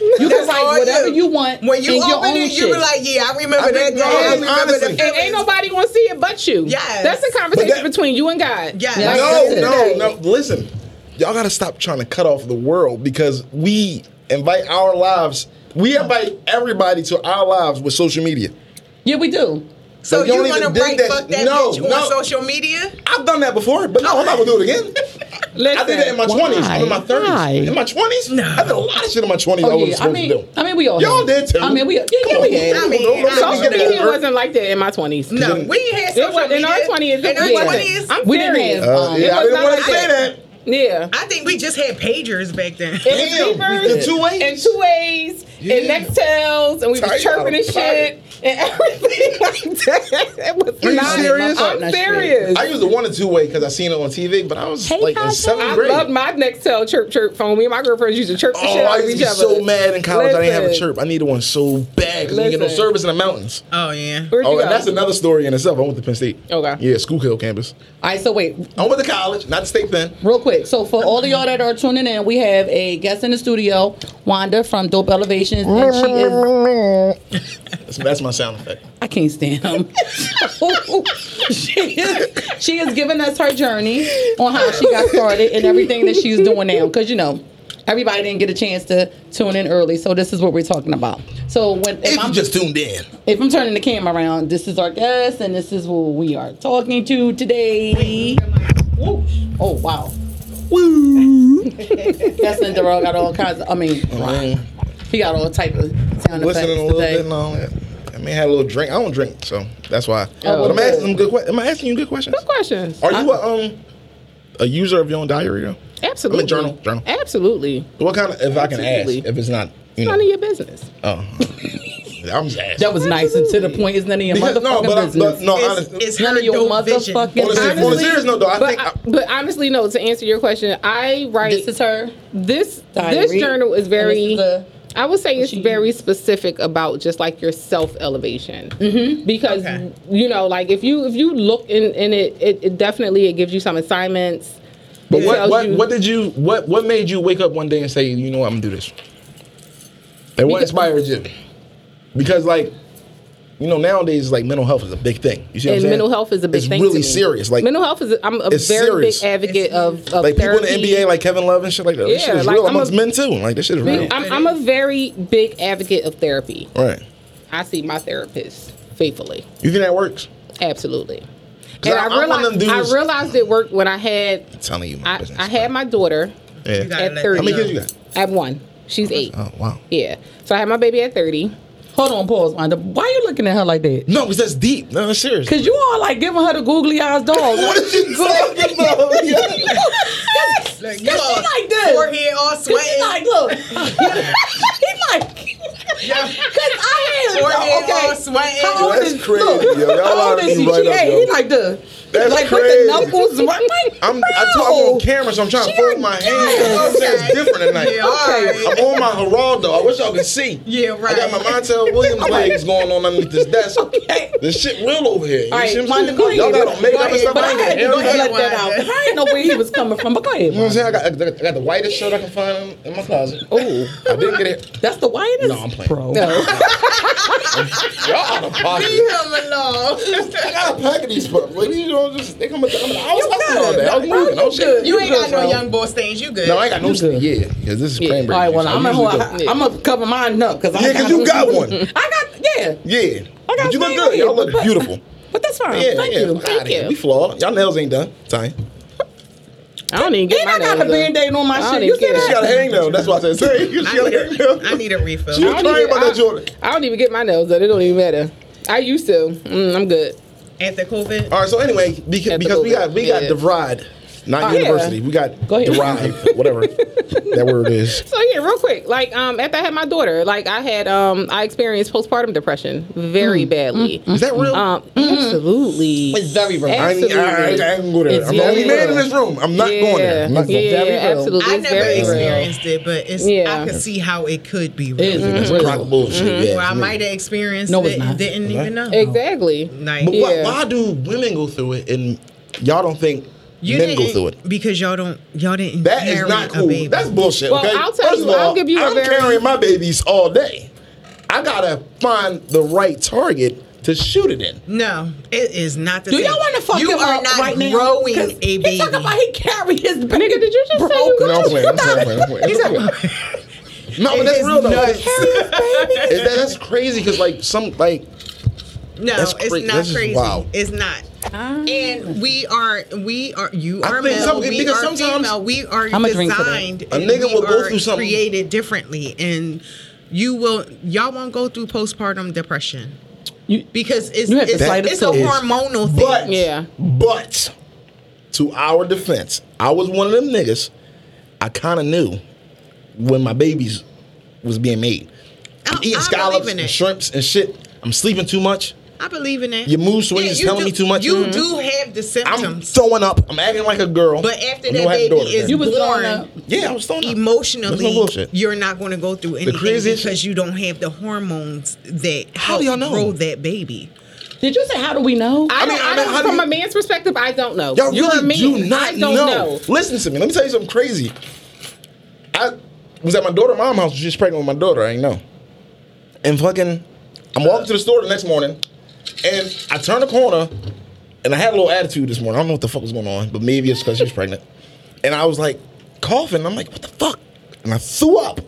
D: You can
B: That's all
D: write whatever you, want
B: When you
D: in your
B: open
D: own
B: it, you
D: shit.
B: be like, yeah, I remember
C: I
B: that
C: think-
B: day.
C: no,
B: I remember
C: honestly-
B: the
C: And
E: And ain't
B: feelings.
E: nobody gonna see it but you.
B: Yes.
E: That's a conversation
C: But that-
E: between you and God.
B: Yes.
E: Like,
C: No,
E: that's
C: no,
E: it.
C: no. Listen, y'all gotta stop trying to cut off the world because we invite our lives. We invite everybody to our lives with social media.
D: yeah, we do.
B: So
C: Like, you
B: you
C: don't
B: want
C: even
B: to
C: dig
B: write
C: that-
B: fuck that
C: no,
B: bitch
C: no.
B: on social media?
C: I've done that before, but no, I'm not gonna do it again.
D: Listen,
C: I did that in my twenties, in my
D: Why?
C: thirties, in my twenties. I did a lot of shit in my twenties. I
D: Oh,
C: wasn't
D: yeah. I
C: supposed to
D: mean,
C: do.
D: I mean, we all
C: Y'all
D: have.
C: did too.
D: I mean, we- yeah, yeah,
C: Come
D: we
C: on.
D: had.
C: Come
B: I
C: on,
B: mean,
C: don't let me
B: I-
E: Social
C: get that
E: media
C: hurt.
E: wasn't like that in my twenties.
B: No,
C: didn't-
B: we ain't had
E: It
B: social
E: was
B: media.
E: in our twenties.
B: In our
D: wasn't.
B: 20s.
E: I'm
D: We didn't
E: serious.
D: have-
C: Uh,
D: Um,
E: it
C: yeah, I
E: was
C: didn't
E: not
C: want to
E: like
C: say that.
E: that. Yeah.
B: I think we just had pagers back then.
E: It
C: Damn,
E: was beepers
C: in two ways?
E: and two ways, and
C: Yeah.
E: Nextels, and we
C: Tired,
E: was chirping and
C: tired.
E: shit, and everything like that. It was
C: Are you
E: not-
C: serious?
E: I'm serious.
C: I used the one and two way because I seen it on TV, but I was like in seventh
E: I
C: grade.
E: loved my Nextel chirp chirp phone. Me and my girlfriends used to chirp the
C: Oh, I
E: shit out of
C: used to
E: each
C: be
E: other.
C: so mad in college. I didn't have a
E: Listen.
C: chirp. I needed one so bad because we didn't get no
E: Listen.
C: service in the mountains.
B: oh yeah.
E: Where'd you
C: Oh,
E: go?
C: and that's another story in itself. I went to Penn State.
E: Okay.
C: Yeah, Schuylkill campus.
D: All right, so wait,
C: I went to college, not to State Penn.
D: real quick. So for all of y'all that are tuning in, we have a guest in the studio, Wanda from Dope Elevations, and she is
C: That's, that's my sound effect.
D: I can't stand him. she, is, she is giving us her journey on how she got started and everything that she's doing now. Because, you know, everybody didn't get a chance to tune in early. So, this is what we're talking about. So, when, if,
C: If
D: I'm,
C: you just tuned in,
D: if I'm turning the camera around, this is our guest and this is who we are talking to today. Woo. Oh, wow. That's in Darrell got all kinds of, I mean,
C: man.
D: he got all type of sound
C: Mm-hmm.
D: effects
C: listening a little
D: today.
C: bit and all that. I mean, I had a little drink. I don't drink, so that's why.
D: Oh,
C: but I'm
D: okay.
C: asking some good. Que- am I asking you good questions?
E: Good questions.
C: Are you a um a user of your own diary though?
E: Absolutely.
C: I mean, journal, journal.
E: Absolutely.
C: What kind of? If I can ask,
E: Absolutely.
C: if it's not, you know,
E: None of your business.
C: oh, I'm just asking.
D: That was nice and to the point. It's none of your
C: Because-
D: motherfucking
C: no, but I-
D: business.
C: but no,
B: It's,
C: Oh, honestly.
B: it's
D: None
B: her
D: of your
B: dope vision.
D: motherfucking
C: On a ser- on a
E: Honestly,
C: serious note, though, I
E: but,
C: think I-
E: but honestly, no. To answer your question, I write
D: This is her.
E: this
D: Diary.
E: this journal is
D: And this
E: very
D: is the-
E: I would say it's
D: she-
E: very specific about just like your self elevation mm-hmm. because
B: Okay.
E: you know like if you if you look in, in it, it it definitely it gives you some assignments.
C: But
E: It
C: what,
E: tells
C: what
E: you-
C: what did you what what made you wake up one day and say, you know what, I'm gonna do this? And what
E: Because-
C: inspired you? Because like, you know, nowadays like mental health is a big thing. You see what I'm
E: and
C: saying?
E: mental health is a big
C: it's
E: thing. to
C: really
E: me.
C: serious. Like
E: mental health is. I'm a very
C: it's serious.
E: big advocate of, of
C: like people in
E: therapy.
C: the NBA like Kevin Love and shit like that. this
E: Yeah,
C: shit is
E: like,
C: real
E: I'm
C: amongst
E: a-
C: men too. Like this shit is real.
E: I'm, I'm a very big advocate of therapy.
C: right.
E: I see my therapist faithfully.
C: You think that works?
E: Absolutely.
C: 'Cause
E: And
C: I-
E: I,
C: I'm one of them
E: realized
C: dudes-
E: I realized it worked when I
C: I'm
E: had
C: telling you my
E: I,
C: business.
E: I had my daughter
C: yeah.
B: You gotta
E: at
B: let
E: thirty.
C: How many
B: them
C: kids
B: know.
C: you got?
E: at one. She's eight.
C: Oh wow.
E: Yeah. So I had my baby at thirty.
D: Hold on, pause, Wanda. Why are you looking at her like that?
C: No, because that's deep. No, that's serious.
D: Cause you all like giving her the googly eyes dog.
C: What
D: Cause
C: is she talking about?
B: Like,
D: she
B: y'all
D: like this.
B: Forehead all
D: Cause she
B: sweating.
D: like look. he like. Cause I am.
B: Forehead
D: okay.
B: all sweating.
D: How old
C: That's
D: is
C: crazy,
D: look,
C: yo. Y'all
D: How old
C: are
D: is he?
C: right
D: she
C: up,
D: eight.
C: yo.
D: he like the.
C: That's
D: like
C: crazy.
D: with the knuckles. right? Like,
C: I'm I
D: bro.
C: talk on camera, so I'm trying to
D: She
C: fold
D: like,
C: my hands.
D: yes.
C: You know what I'm saying? It's different tonight.
B: Yeah, all right.
C: I'm on my Geraldo. I wish y'all could see.
B: Yeah,
C: I got my
B: right.
C: Montel Williams legs going on underneath this desk.
D: Okay.
C: This shit real over here. You
D: All right,
C: see what I'm
D: Wanda,
C: saying?
D: go ahead.
C: Y'all got on
D: Go
C: makeup and
D: ahead.
C: stuff.
D: But
C: I
D: I
C: ain't
D: had
C: got
D: to
C: hair
D: go ahead and
C: done.
D: let that out. I didn't know where he was coming from. But go ahead.
C: You know what I'm
D: Wanda.
C: saying? I got, I got- I got the whitest shirt I can find in my closet. Oh, I didn't get it.
D: That's the whitest.
C: No, I'm playing.
D: Bro.
C: Y'all out of pocket.
B: Leave him alone.
C: I got a pack of these pups. Like, you know, just they come. I was
D: You
C: hustling
D: good.
C: all day. I was
D: Bro,
C: moving.
D: you
C: Oh shit.
D: good.
B: You ain't got
D: good,
B: no
D: bro.
B: young boy stains. You good?
C: No, I ain't got no
D: You
C: shit.
D: good.
C: Yeah, because this is cranberry.
D: All right, well,
C: juice. I
D: I'm gonna
C: usually
D: hold,
C: go-
D: I, am gonna cover mine up because
C: Yeah, 'cause you got one.
D: I got yeah.
C: Yeah.
D: I got
C: But you look
D: same
C: good. Y'all
D: weight,
C: look
D: but-
C: beautiful.
D: But that's fine.
C: Yeah,
D: Thank
C: yeah.
D: you.
C: Outta
E: Thank
C: here.
E: you.
C: We flawed. Y'all nails ain't done. Time.
E: I don't even get
D: And
E: my
D: I got a
E: nails done.
D: band aid on my
E: I
D: shit.
E: don't
D: You
E: even
D: see
E: care.
C: She
D: that?
C: got a hangnail. That's why I said, say, she
B: I
C: got a
B: need a, I
C: hangnail.
B: need a refill.
C: She was
E: I don't
C: crying
E: even-
C: about that
E: I-
C: Jordan.
E: I don't even get my nails done. It don't even matter. I used to. Mm, I'm good.
B: After COVID.
C: All right, so anyway, beca-
E: At the
C: because we
E: boat.
C: got we got
E: Yeah.
C: derived, not
E: yeah.
C: university. We got
D: Go ahead.
C: derived, whatever that word is.
E: So yeah, real quick, like um, after I had my daughter, like I had um, I experienced postpartum depression very badly.
C: Mm. Is that Mm. real?
E: Um, absolutely.
D: It's very real.
C: I, ain't, I, ain't- I ain't gonna go there.
D: It's
C: I'm the only
D: very
C: man in
D: real.
C: this room. I'm not going there. I'm not
E: yeah,
C: going
E: yeah,
C: there.
D: Very real.
E: absolutely.
B: I
E: It's
B: never
E: very real.
B: experienced it, but it's
E: Yeah.
B: I could see how it could be
D: It is
B: real.
D: real.
C: Rock bullshit. yeah,
B: Where
C: it's
B: I
C: me.
B: might have experienced
D: No, it's
B: it
D: not.
B: and didn't even know.
E: Exactly.
B: Like,
C: But why-
E: Yeah.
C: why do women go through it and y'all don't think
B: You
C: men go
B: didn't-
C: through it.
B: because y'all don't y'all didn't
C: That
B: carry
C: is not
B: a
C: cool.
B: baby.
C: That's bullshit.
E: Well,
C: okay,
E: I'll tell
C: First
E: you,
C: of all,
E: I'll give you a
C: I'm
E: very-
C: carrying my babies all day. I gotta find the right target to shoot it in.
B: no, it is not the
D: Do
B: same.
D: y'all want to fuck
B: you
D: him
B: are
D: up
B: not
D: right now?
B: growing
D: 'Cause
B: a baby.
D: He talking about he carry his baby.
E: Nigga, did you just
D: Bro,
E: say you
D: could
C: No, I'm playing. I'm
D: stop
C: playing. I'm playing. I'm playing. No, but
B: It
C: that's
B: is
C: real though.
B: nuts.
C: Is that- that's crazy because like some like
B: No,
C: That's
B: it's
C: cra-
B: not
C: that's just
B: crazy.
C: wild.
B: It's not. And we are, we are, you
C: I
B: are
C: think
B: male,
C: some-
B: we
C: because
B: are
C: sometimes-
B: female, we are
D: I'ma drink to that.
B: designed.
C: A
B: and
C: nigga
B: we
C: will go
B: are
C: through something-
B: created differently, and you will, y'all won't go through postpartum depression
D: You-
B: because it's
D: You had the
B: it's,
D: slightest
B: it's a
D: toe.
B: hormonal thing.
C: But
E: Yeah.
C: but to our defense, I was one of them niggas. I kind of knew when my babies was being made. I'm
B: I-
C: eating
B: I
C: scallops
B: believe in
C: and
B: it.
C: shrimps and shit. I'm sleeping too much.
B: I believe in it.
C: Your mood swings is
B: you
C: telling
B: do-
C: me too much.
B: You
D: Mm-hmm.
C: Mhm.
B: do have the
C: I'm
B: symptoms,
C: throwing up. I'm acting like a girl.
B: but after
C: I knew
B: that
C: I had
B: baby
C: daughters
B: is
C: then.
D: You was throwing up.
B: born,
C: yeah, I was throwing up. That's no
B: emotionally
C: bullshit.
B: you're not going to go through anything
C: craziest-
B: because you don't have the hormones that
C: How
B: help
C: do y'all know?
B: grow that baby.
D: Did you say how do we know?
E: I,
C: I mean,
E: don't,
C: I mean, how
E: I don't,
C: do
E: from
C: you-
E: a man's perspective, I don't know.
C: Y'all
E: You're
C: really
E: a man.
C: do not
E: I don't
C: know.
E: know.
C: Listen to me. Let me tell you something crazy. I was at my daughter mom's house. She's pregnant with my daughter. I ain't know. And fucking, I'm walking to the store the next morning, and I turn the corner, and I had a little attitude this morning. I don't know what the fuck was going on, but maybe it's because she was pregnant. And I was like coughing. I'm like, what the fuck? And I threw up.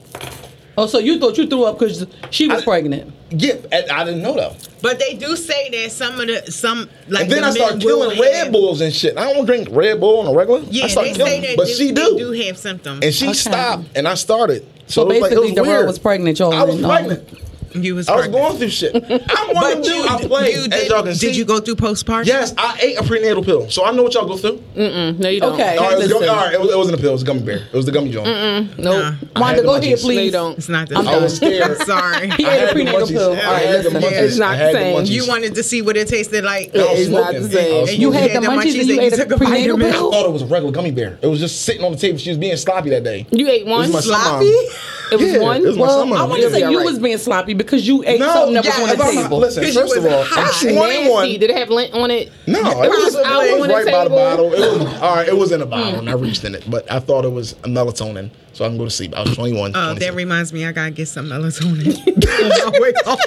D: oh, so you thought you threw up because she was
C: I-
D: pregnant.
C: Yeah, and I didn't know though.
B: But they do say that some of the some like
C: And then
B: the
C: I start
B: men will
C: killing
B: have-
C: Red Bulls and shit. I don't drink Red Bull on a regular.
B: Yeah,
C: I start
B: they
C: killing,
B: say that
C: but
B: do,
C: she
B: they
C: do.
B: do have symptoms.
C: And she
D: Okay.
C: stopped, and I started.
D: So
C: it was like- it
D: basically,
C: was
D: the girl
C: weird.
D: was pregnant, um, y'all
C: I was
D: didn't know.
C: pregnant.
B: you was
C: I was
B: pregnant.
C: going through shit. I'm one of
B: But
C: them
B: you,
C: dudes. I played.
B: you
C: as
B: did,
C: y'all can see.
B: did you go through postpartum?
C: Yes, I ate a prenatal pill, so I know what y'all go through.
E: Mm-mm, no, you don't.
D: Okay.
C: All right, it was,
D: listen.
C: gum- all right, it, was, it wasn't a pill. It was a gummy bear. It was the gummy joint.
E: Nope.
D: Wanda,
C: had
D: go
C: the
D: ahead,
C: munchies.
E: No,
D: please.
E: you don't.
B: It's not the
D: I'm
C: I was
D: done.
C: scared.
B: Sorry.
D: He ate a prenatal pill.
C: I
D: All right,
C: had the
D: listen.
C: munchies.
E: It's not
C: I had
E: the same.
C: munchies.
B: You wanted to see what it tasted like.
C: I was
E: It's not
C: smoking.
E: the same.
C: I was
E: And
D: You
C: smoking.
D: had the munchies and you ate a
B: took
D: prenatal
B: vitamin.
C: I
D: pill.
C: thought it was a regular gummy bear. It was just sitting on the table. She was being sloppy that day.
E: You ate one.
C: This is my
B: Sloppy?
C: son.
E: It was
C: Yeah,
E: one?
C: It was my
E: Well,
C: son.
D: I want to say
E: Yeah,
D: you
E: right.
D: was being sloppy because you ate
C: No,
D: something that was
B: yeah,
D: on the
B: if I'm not-
D: table.
C: Listen,
B: Because you
C: first of
B: was
C: all,
B: high.
C: I'm
E: Nasty.
C: 21.
E: Did it have lint on it?
C: No, it was,
E: Probably out
C: it was
E: on the
C: right by the
E: table.
C: bottle. It was, all right, it was in
D: Mm.
C: a bottle, and I reached in it, but I thought it was a melatonin, so I can go to sleep. I was 21.
B: Oh, that
C: 22.
B: reminds me, I gotta get some melatonin. I'll wake up.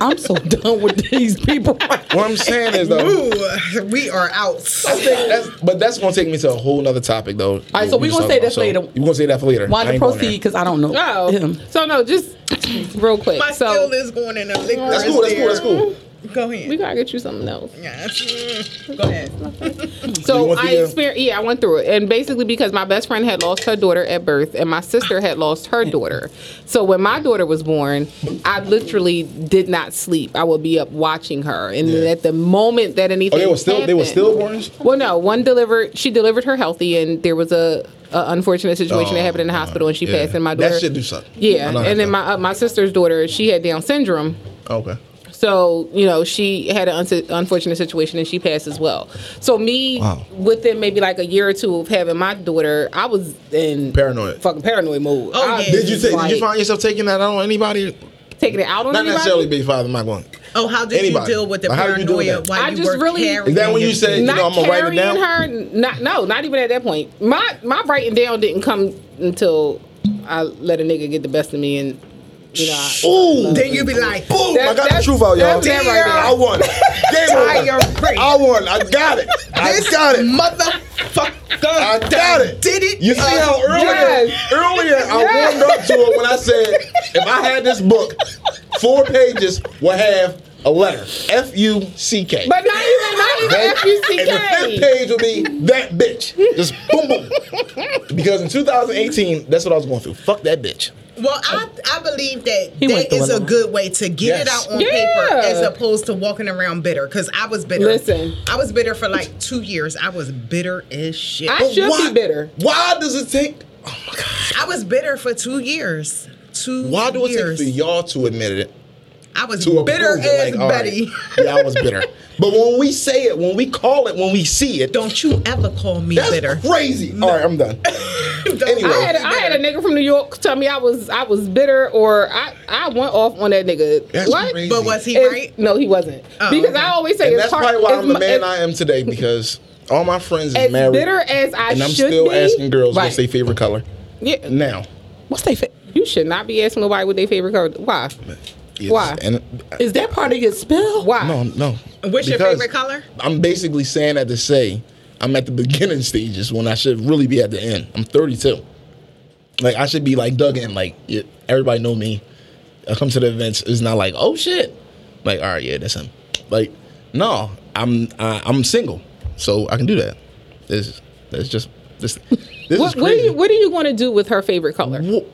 D: I'm so done with these people.
C: what I'm saying is though,
B: Ooh, Oh, we are out.
C: I think that's, but that's gonna take me to a whole nother topic though. All
D: right, so we gonna say that later.
C: You gonna say that for later? I
D: Wanda,
C: ain't going
D: proceed
C: there.
D: because I don't know
E: Oh.
D: him.
E: So, no, just real quick.
B: My
E: so,
B: skill is going in a liquor.
C: That's cool. That's cool. That's cool.
B: Go
E: we
B: ahead.
E: got to get you something else.
B: Yes. Go ahead.
C: you
E: So
C: went through
E: I
C: your-
E: experienced, yeah, I went through it, and basically because my best friend had lost her daughter at birth, and my sister had lost her daughter. So when my daughter was born, I literally did not sleep. I would be up watching her, and
C: Yeah.
E: at the moment that anything,
C: Oh, they were still they were
E: happened-
C: stillborns.
E: Well, no, one delivered. She delivered her healthy, and there was a, a unfortunate situation
C: Oh,
E: that happened in the
C: God.
E: hospital, and she
C: Yeah.
E: passed. And my
C: That
E: daughter,
C: shit do suck. I
E: Yeah,
C: know
E: and
C: that
E: then my uh, my sister's daughter, she had Down syndrome.
C: Okay.
E: So, you know, she had an unsi- unfortunate situation and she passed as well. So, me,
C: Wow.
E: within maybe like a year or two of having my daughter, I was in
C: Paranoid.
E: fucking paranoid mode.
B: Oh,
E: I
B: yeah.
E: was
C: Did you take? Did you
E: like,
C: find yourself taking that out on anybody?
E: taking it out on
C: Not
E: anybody?
C: necessarily big father. I'm not going.
B: Oh, how did
C: Anybody.
B: you deal with the
C: But how you doing
B: paranoia
C: that?
B: while
E: I
B: you
E: just
B: were
E: really-
B: carrying?
C: Is that when you
B: this
C: said-
B: baby?
C: You
E: Not
C: know, I'ma write it
E: carrying
C: down?
E: her, not no, not even at that point. My my writing down didn't come until I let a nigga get the best of me, and you know, I,
C: Uh, Ooh,
B: Then you be like,
C: Boom! I
E: That-
C: got the
E: that's-
C: truth out, y'all.
E: that's that right there.
C: I won. Game
B: Tire
C: over.
B: break.
C: I won. I got it. I
B: This
C: got it.
B: motherfucker.
C: I got it.
B: Did it.
C: You see how earlier,
E: uh, yes.
C: earlier I warmed up to it when I said, if I had this book, four pages would have a letter. F U C K.
E: but not even not even
C: That-
E: F U C
C: And the fifth
E: K.
C: page would be that bitch. Just boom, boom. Because in 2018, that's what I was going through. Fuck that bitch.
B: Well, I, I believe that
D: He went
B: that
D: through
B: is
D: a
B: a
D: lot.
B: good way to get it
C: Yes.
B: out on
E: Yeah.
B: paper as opposed to walking around bitter. Because I was bitter.
E: Listen.
B: I was bitter for like two years. I was bitter as shit. Oh,
E: I
B: I,
E: should be bitter.
C: Why does it take?
B: was bitter for two years. Two
C: Why do it take
B: years.
C: for y'all to admit it?
B: I was
C: to
B: bitter
C: approve it,
B: as
C: like, all right.
B: Betty.
C: Yeah, I was bitter. But when we say it, when we call it, when we see it,
B: Don't you ever call me
C: that's
B: bitter.
C: crazy. All right, I'm done.
B: Don't
C: Anyway.
E: I had, a, I had a nigga from New York tell me I was I was bitter or I, I went off on that nigga.
C: That's
E: what?
C: crazy.
B: But was he
E: It's-
B: right?
E: No, he wasn't.
B: Oh,
E: because
B: okay.
E: I always say
C: And
E: it's
C: that's
E: hard.
C: probably why
E: it's
C: I'm the
E: my-
C: man
E: it's-
C: I am today because All my friends is
E: As
C: married.
E: bitter as I
C: and I'm
E: should
C: still
E: be,
C: asking girls
D: right.
C: what's their favorite color.
E: Yeah,
C: Now.
D: What's they fit?
E: you should not be asking nobody what their favorite color. Why?
C: It's-
E: Why?
C: And
D: Is that part of your spill?
E: Why?
C: no, no.
B: What's your
C: Because
B: favorite color?
C: I'm basically saying that to say I'm at the beginning stages when I should really be at the end. I'm 32. Like I should be like dug in. Like yeah, everybody know me. I come to the events. It's not like oh shit. Like all right, yeah, that's him. Like no, I'm I, I'm single, so I can do that. This that's just this. This is
E: What, what, are
C: crazy.
E: you, what are you going to do with her favorite color?
C: Wh-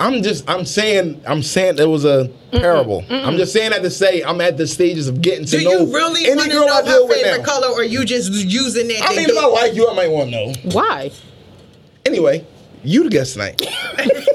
C: I'm just I'm saying I'm saying there was a parable. I'm just saying that to say I'm at the stages of getting to
B: Do
C: know
B: you really
C: any
B: want to
C: girl
B: know
C: I deal
B: her
C: with
B: favorite
C: now.
B: color, or you just using that?
C: I
B: to
C: mean,
B: get-
C: if I like you, I might want to know.
E: Why?
C: Anyway, you the guest tonight.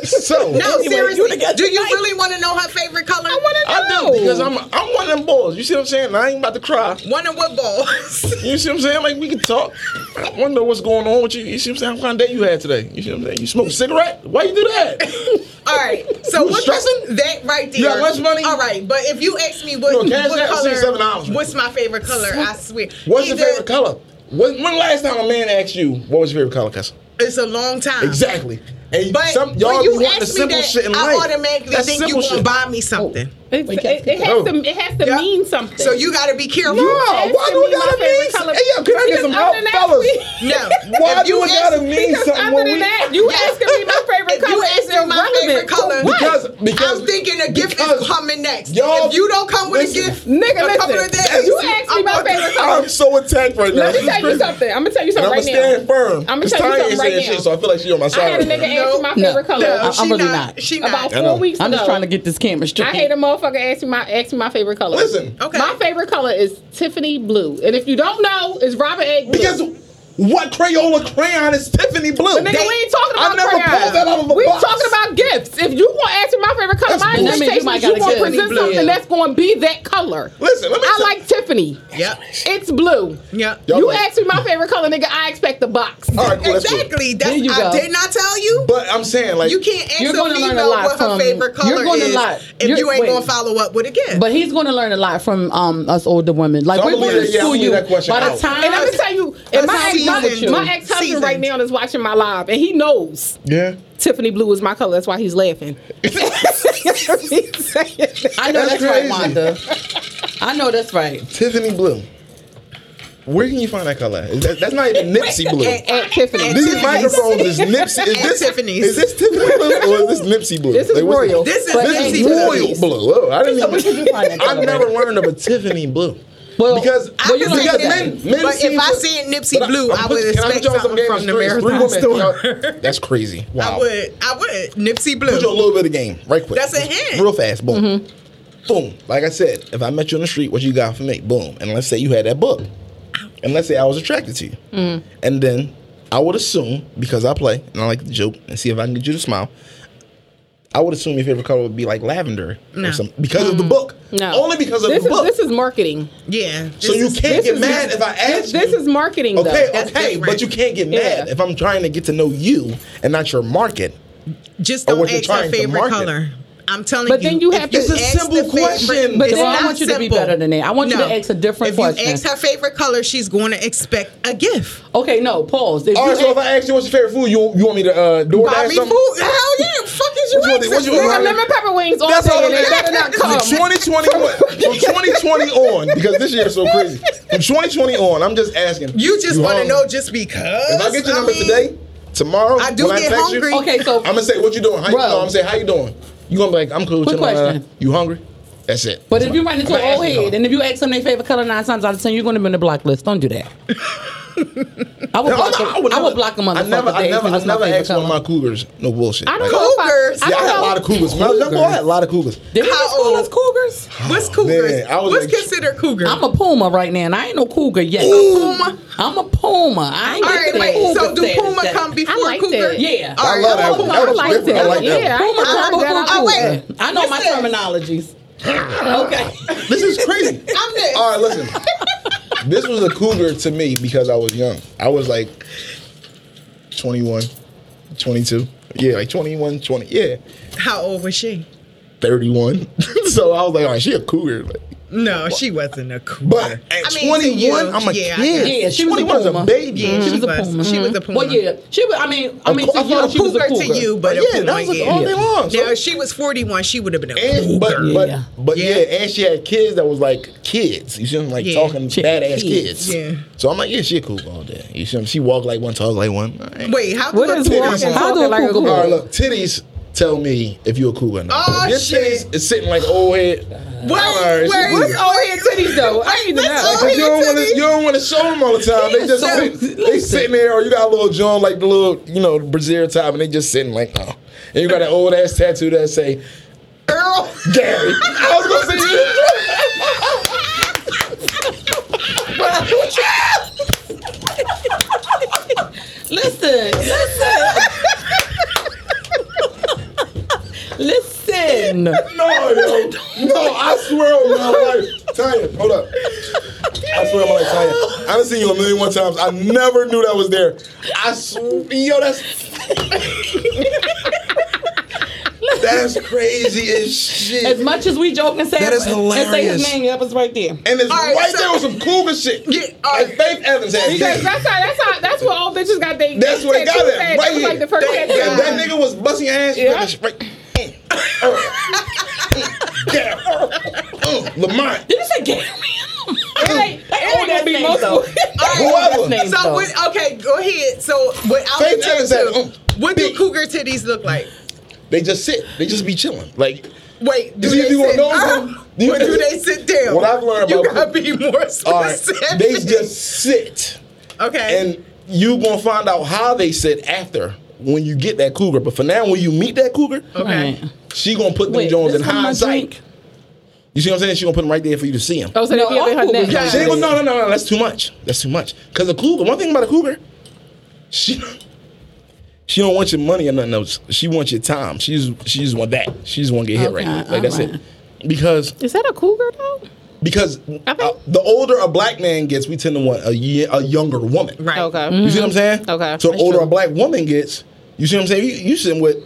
C: so
B: no,
D: Anyway, you
B: seriously.
D: the guy
B: Do you
D: tonight.
B: really want to know her favorite color? I
E: wanna know.
C: I do because I'm I'm one of them boys. You see what I'm saying? I ain't about to cry.
B: One of what balls?
C: You see what I'm saying? Like we can talk. I want to know what's going on with you. You see what I'm saying? What kind of day you had today? You see what I'm saying? You smoke a cigarette? Why you do that?
B: All right. So
C: You
B: what
C: stressing?
B: that right there?
C: You got lunch money?
B: All right, but if you ask me what,
C: You know, cash
B: what
C: app,
B: color,
C: six, seven dollars.
B: what's my favorite color? I swear.
C: What's your
B: Either-
C: favorite color? When, when last time a man asked you what was your favorite color, Kessa?
B: It's a long time.
C: Exactly. And
B: But
C: some
B: when
C: y'all be
B: you
C: wanting the
B: ask me
C: simple
B: that,
C: shit in
B: I
C: life.
B: automatically
C: That's
B: think you
C: simple
B: gonna
C: shit.
B: buy me something.
E: It's,
D: Wait,
E: it,
D: Kathy.
E: it has
C: Oh.
E: to. It has to
B: Yeah.
E: mean something.
B: So you got to be careful.
C: No, why
E: asking
C: do
E: me
C: it
E: my
C: gotta
E: favorite
C: mean
E: color.
C: something? Hey, yo, can I
E: Because
C: get some
E: other
C: help,
E: than that,
C: fellas?
E: we-
B: No.
C: Why
B: If
C: do
B: you
C: it
B: ask-
C: gotta mean
E: Because
C: something
E: other
C: when
E: than
C: we?
E: that, you
B: Yeah.
E: asking me my favorite
B: If
E: color.
B: you
E: It's
B: asking my favorite
E: irrelevant.
B: color,
E: What?
C: Because- because-
B: I'm thinking a gift
C: because
B: is coming next.
C: y'all-
B: If you don't come with
C: listen,
B: a gift,
E: nigga,
B: a couple of
E: listen.
B: days,
E: If you ask me
B: I'm
E: my
B: gonna-
E: favorite color-
C: I'm so attacked right now.
E: Let
C: This
E: me
C: is
E: tell you
C: crazy.
E: something. I'm gonna tell
C: And
E: you
C: I'm
E: something right
C: gonna stand
E: now.
C: firm.
E: I'ma
C: 'Cause
E: tell
C: Tanya
E: you something
C: ain't
E: right
C: saying
E: now.
C: Shit, so I feel like she on my
E: I
C: side.
E: had a nigga
C: right
E: ask me my
B: No,
D: no.
E: favorite color
D: I-
B: No,
D: I'm
B: she
D: really
B: not.
D: not.
B: She
E: about
B: not.
C: I know.
E: four weeks
D: I'm
E: ago.
D: just trying to get this camera straight.
E: I hate a motherfucker asking my ask me my favorite color.
C: Listen.
B: Okay.
E: My favorite color is Tiffany blue, and if you don't know, it's Robin egg blue.
C: Because what Crayola crayon is Tiffany blue?
E: Nigga, we ain't talking
C: I
E: about
C: never
E: crayons.
C: pulled that out of a
E: We
C: box.
E: talking about gifts. If you want to ask me my favorite color,
C: That's
E: my
C: bullshit.
E: expectation
D: That mean you might
E: is you
D: gotta
E: want to
D: get
E: present
D: Tiffany blue.
E: something that's going to be that color.
C: Listen, let me
E: I
C: tell-
E: like Tiffany.
B: Yep.
E: It's blue.
B: Yep.
C: Y'all Uh,
E: You
C: like-
E: ask me my favorite color, nigga. I expect the box.
C: All right, cool, that's cool.
B: Exactly. That's,
D: There you
B: I
D: go.
B: did not tell you.
C: But I'm saying like
B: you can't ask
D: You're
B: a
D: gonna learn a
B: female
D: lot
B: what her
D: from-
B: favorite color
D: you're gonna
B: is
D: learn-
B: if
D: you're-
B: you ain't
D: wait.
B: gonna follow up with a gift.
D: But he's going to learn a lot from um, us older women. Like
C: So I'm
D: we're
C: gonna
D: going to
C: leave that- yeah, I'm
D: school
C: gonna
D: you
C: leave that
D: by
C: question
D: the
C: out.
D: time.
E: And I'm gonna tell you, and my,
B: That's
E: ex-
B: seasoned.
E: my, my ex husband
B: Seasoned.
E: right now is watching my live, and he knows
C: yeah.
E: Tiffany blue is my color. That's why he's laughing. He's saying that.
D: I know
C: That's
D: that's,
C: crazy.
D: right, Wanda. I know that's right.
C: Tiffany blue. Where can you find that color? Is that, that's not even Nipsey blue.
B: At-
E: At Tiffany.
C: These microphones is Nipsey. Is
B: At
C: this
B: Tiffany's.
C: Is this Tiffany blue or is this Nipsey blue?
E: This is
C: Like, what's-
E: royal.
B: this is
D: But
C: This
B: Nipsey
C: is royal
D: Tiffany's.
C: blue. Oh, I didn't
D: So where did
C: even.
D: you find that
C: I've
D: color?
C: never learned of a Tiffany blue.
D: Well,
C: because
D: I well, you
B: feel like
C: because
B: that.
C: men, men
B: But
C: seem
B: if I
C: to-
B: seen Nipsey
C: But I-
B: Blue,
C: I'm
B: I would
C: put- can I put
B: expect
C: y'all some
B: something
C: game
B: from the
C: straight? Three
B: marathon
C: women.
B: store.
C: That's crazy. Wow.
B: I would. I would. Nipsey Blue.
C: Put you a little bit of game, right quick.
B: That's a
C: Just
B: hint.
C: Real fast, boom,
E: Mm-hmm.
C: boom. Like I said, if I met you on the street, what you got for me? Boom. And let's say you had that book, and let's say I was attracted to you,
E: Mm-hmm.
C: and then I would assume because I play and I like to joke and see if I can get you to smile. I would assume your favorite color would be like lavender
B: No.
C: or something because of the book.
E: No.
C: only because of
E: this
C: the
E: is,
C: book.
E: This is marketing.
B: yeah.
C: so
B: this
C: you
B: is-
C: can't
E: this
C: get
E: is-
C: mad if I ask
E: This, this
C: you.
E: is marketing,
C: Okay,
E: though.
B: That's
C: okay,
B: different.
C: but you can't get mad
E: Yeah.
C: if I'm trying to get to know you and not your market.
B: Just
C: or
B: don't
C: what you're
B: ask her
C: trying to
B: favorite
C: market.
B: color. I'm telling
E: But
B: you.
E: then you
B: if
E: have to
B: ask
E: It's a
C: simple
B: the favorite-
C: question.
D: But
B: it's
D: Devon, I
B: not
D: want you to be
B: simple.
D: better than that. I want you to ask a different
B: if
D: question. Oh,
B: If you ask her favorite color, she's going to expect a gift.
D: Okay, no, pause. If
C: All right,
D: you
C: so if I ask you what's your favorite food, you you want me to uh, door
B: Buy
C: dash
B: me
C: something?
B: food? Hell yeah! Fuck is you
C: What you want to-
B: asking?
C: what you want to-
B: Nigga,
E: Nigga,
B: let me-
E: lemon pepper wings all
C: That's
E: day,
C: all I'm
E: and they better not
C: From
E: come.
C: 2021, from 2020 on, because this year is so crazy. From 2020 on, I'm just asking.
B: You just want
C: hungry?
B: to know just because.
C: If I get your number
B: mean,
C: today, tomorrow,
B: I do
C: when
B: get
C: I text
B: hungry.
C: You,
D: Okay, so-
C: I'm gonna say what you doing. How you,
D: Bro.
C: no, I'm gonna say how you doing. You gonna be like I'm cool.
D: Quick
C: chilling, uh,
D: question.
C: you hungry? That's it.
D: But if you run into
C: I'm not
D: an old
C: asking
D: head,
C: y'all.
D: and if you ask them their favorite color nine times out of ten, you're going to be on the block list. Don't do that. I would
C: No,
D: block.
C: no,
D: I would, I would block a motherfucker.
C: I never,
D: if they
C: I never,
D: ask
C: I
D: me what's
C: never
D: my favorite
C: asked one of
D: color.
C: my cougars. No bullshit.
E: I
C: Like,
E: don't know if I-
B: Cougars.
C: Yeah,
E: I
C: I
E: don't
C: had a
E: know.
C: lot of cougars. When I was younger, I had a lot of cougars.
D: Did
B: How
D: How
B: old?
D: old is cougars?
B: what's cougars?
C: oh, man, I was
B: what's
C: like-
B: considered cougar?
D: I'm a puma right now, and I ain't no cougar yet.
B: Puma.
D: I'm a puma. I ain't
B: All right,
D: get to
B: wait.
D: that cougar
B: So do
D: status
B: Puma
D: yet.
B: come before
E: I like
B: cougar?
E: that.
D: Yeah.
B: All
C: I
B: right,
C: love that
B: I'm a
C: one.
B: Puma.
C: That
E: I
C: was
E: like
C: different.
E: that.
C: I like that.
E: Yeah,
D: Puma
E: I like
D: come
E: that.
D: before
E: I
B: like
D: cougar.
B: that.
D: I know my
B: Listen.
D: terminologies. okay.
C: This is crazy.
B: I'm next.
C: All right, listen. this was a cougar to me because I was young. I was like 21, 22. Yeah, like 21, 20. Yeah,
B: How old was she?
C: 31. so I was like, all right, she oh, a cougar. Like,
B: No, she wasn't a cougar.
C: But at
B: I mean, to
C: 21,
B: you,
C: I'm a
B: yeah, I
C: kid.
B: guess.
D: Yeah, she was a
C: 21 's
D: Puma.
C: baby.
D: Yeah,
C: She
D: she was a
B: was.
D: Puma. Mm-hmm.
B: She was a Puma. Mm-hmm.
D: Well, yeah, she was. I mean, I
C: Of
D: mean,
C: course,
D: to
C: I
D: you,
C: thought a
D: she was a
B: cougar
D: cougar.
B: to you, but
C: Oh, yeah,
B: a Puma,
C: that was
B: yeah.
C: all day long. So-
B: Now, if she was 41, she would have been a
C: And, but
B: cougar.
C: but
D: Yeah.
C: but yeah.
B: Yeah.
C: and she had kids that was like kids. You see them like
B: Yeah.
C: talking
D: She had
C: badass
D: kids.
C: kids.
B: Yeah.
C: So I'm like, yeah, she a cougar all day. You see them? She walk like one, talk like one. All right.
B: Wait, how
D: What
B: could
D: is
B: a
D: wrong?
B: cougar walk?
D: How do a cougar
C: All right,
D: walk?
C: look, titties tell me if you a cougar or not.
B: Oh,
C: If your
B: shit.
C: titties is sitting like old head. all right,
B: Where,
C: she
B: where,
C: cougar.
B: what's old head titties though? I
D: ain't even know.
B: That's
C: But you
B: old
C: don't
B: head
C: want to. You
B: titties.
C: don't want to show them all the time. They just
D: So-
C: sit, they sitting there, or you got a little joint like the little you know Brazil top, and they just sitting like oh. And you got that old ass tattoo that say
B: Earl.
C: Gary. I was gonna say you didn't do it.
D: Listen, listen.
C: No, yo. no, I swear on my life, Tanya, hold up. I swear on my life, Tanya. I've seen you a million one times. I never knew that was there. I swear, yo, that's that's crazy as shit.
D: As much as we joke and say,
C: That is
D: and say his
C: hilarious.
D: name, that was right there.
C: And it's
B: right,
C: right,
B: so-
C: there with some cougar shit.
B: Yeah, all
C: and
B: right.
C: Faith Evans had
E: Because
C: that.
E: that's how that's how that's what all bitches got they
C: That's where they got
E: tattoos
C: it.
E: at.
C: Right
E: That was
C: here.
E: like the first
C: that,
E: tattoo.
C: yeah, that nigga was busting your ass.
E: Yeah.
C: Right. Mm. Yeah. Mm, Lamont.
D: Did you say Gary?
E: It ain't- it
D: Oh,
E: ain't gonna be multiple.
C: Whoever.
D: Name,
B: So
D: though.
B: what, okay, go ahead. So what I
C: Faith Evans
B: was
C: had,
B: asking,
C: um,
B: what do
C: big-
B: cougar titties look like?
C: They just sit. They just be chilling. Like
B: Wait, do
C: Do you-
B: they
C: do you want
B: sit
C: those
B: up
C: ones? Do you-
B: or do they sit down?
C: What I've learned
B: you
C: about
B: gotta be more specific.
C: all right, they just sit,
B: okay.
C: and you gonna find out how they sit after when you get that cougar. But for now, when you meet that cougar,
B: okay.
C: she gonna put them
D: Wait,
C: Jones
D: this
C: in
D: one my
C: hindsight.
D: drink.
C: You see what I'm saying? She gonna put them right there for you to see them.
E: Oh, so
D: No,
E: they be up in her
D: all
E: neck.
D: cougars
C: She ain't gonna, no, no, no, no, that's too much. That's too much. Cause a cougar, one thing about a cougar, she she don't want your money or nothing else. She wants your time. She's she's want that. She's want to get hit
D: Okay,
C: right now. Like that's
D: alright.
C: it. Because
E: Is that a cougar though?
C: because uh, the older a black man gets, we tend to want a ye- a younger woman.
B: Right.
E: Okay.
C: You see what I'm
D: Mm-hmm.
C: saying?
E: Okay,
C: So the
E: that's
C: older
E: true.
C: a black woman gets, you see what I'm saying? You, you sitting with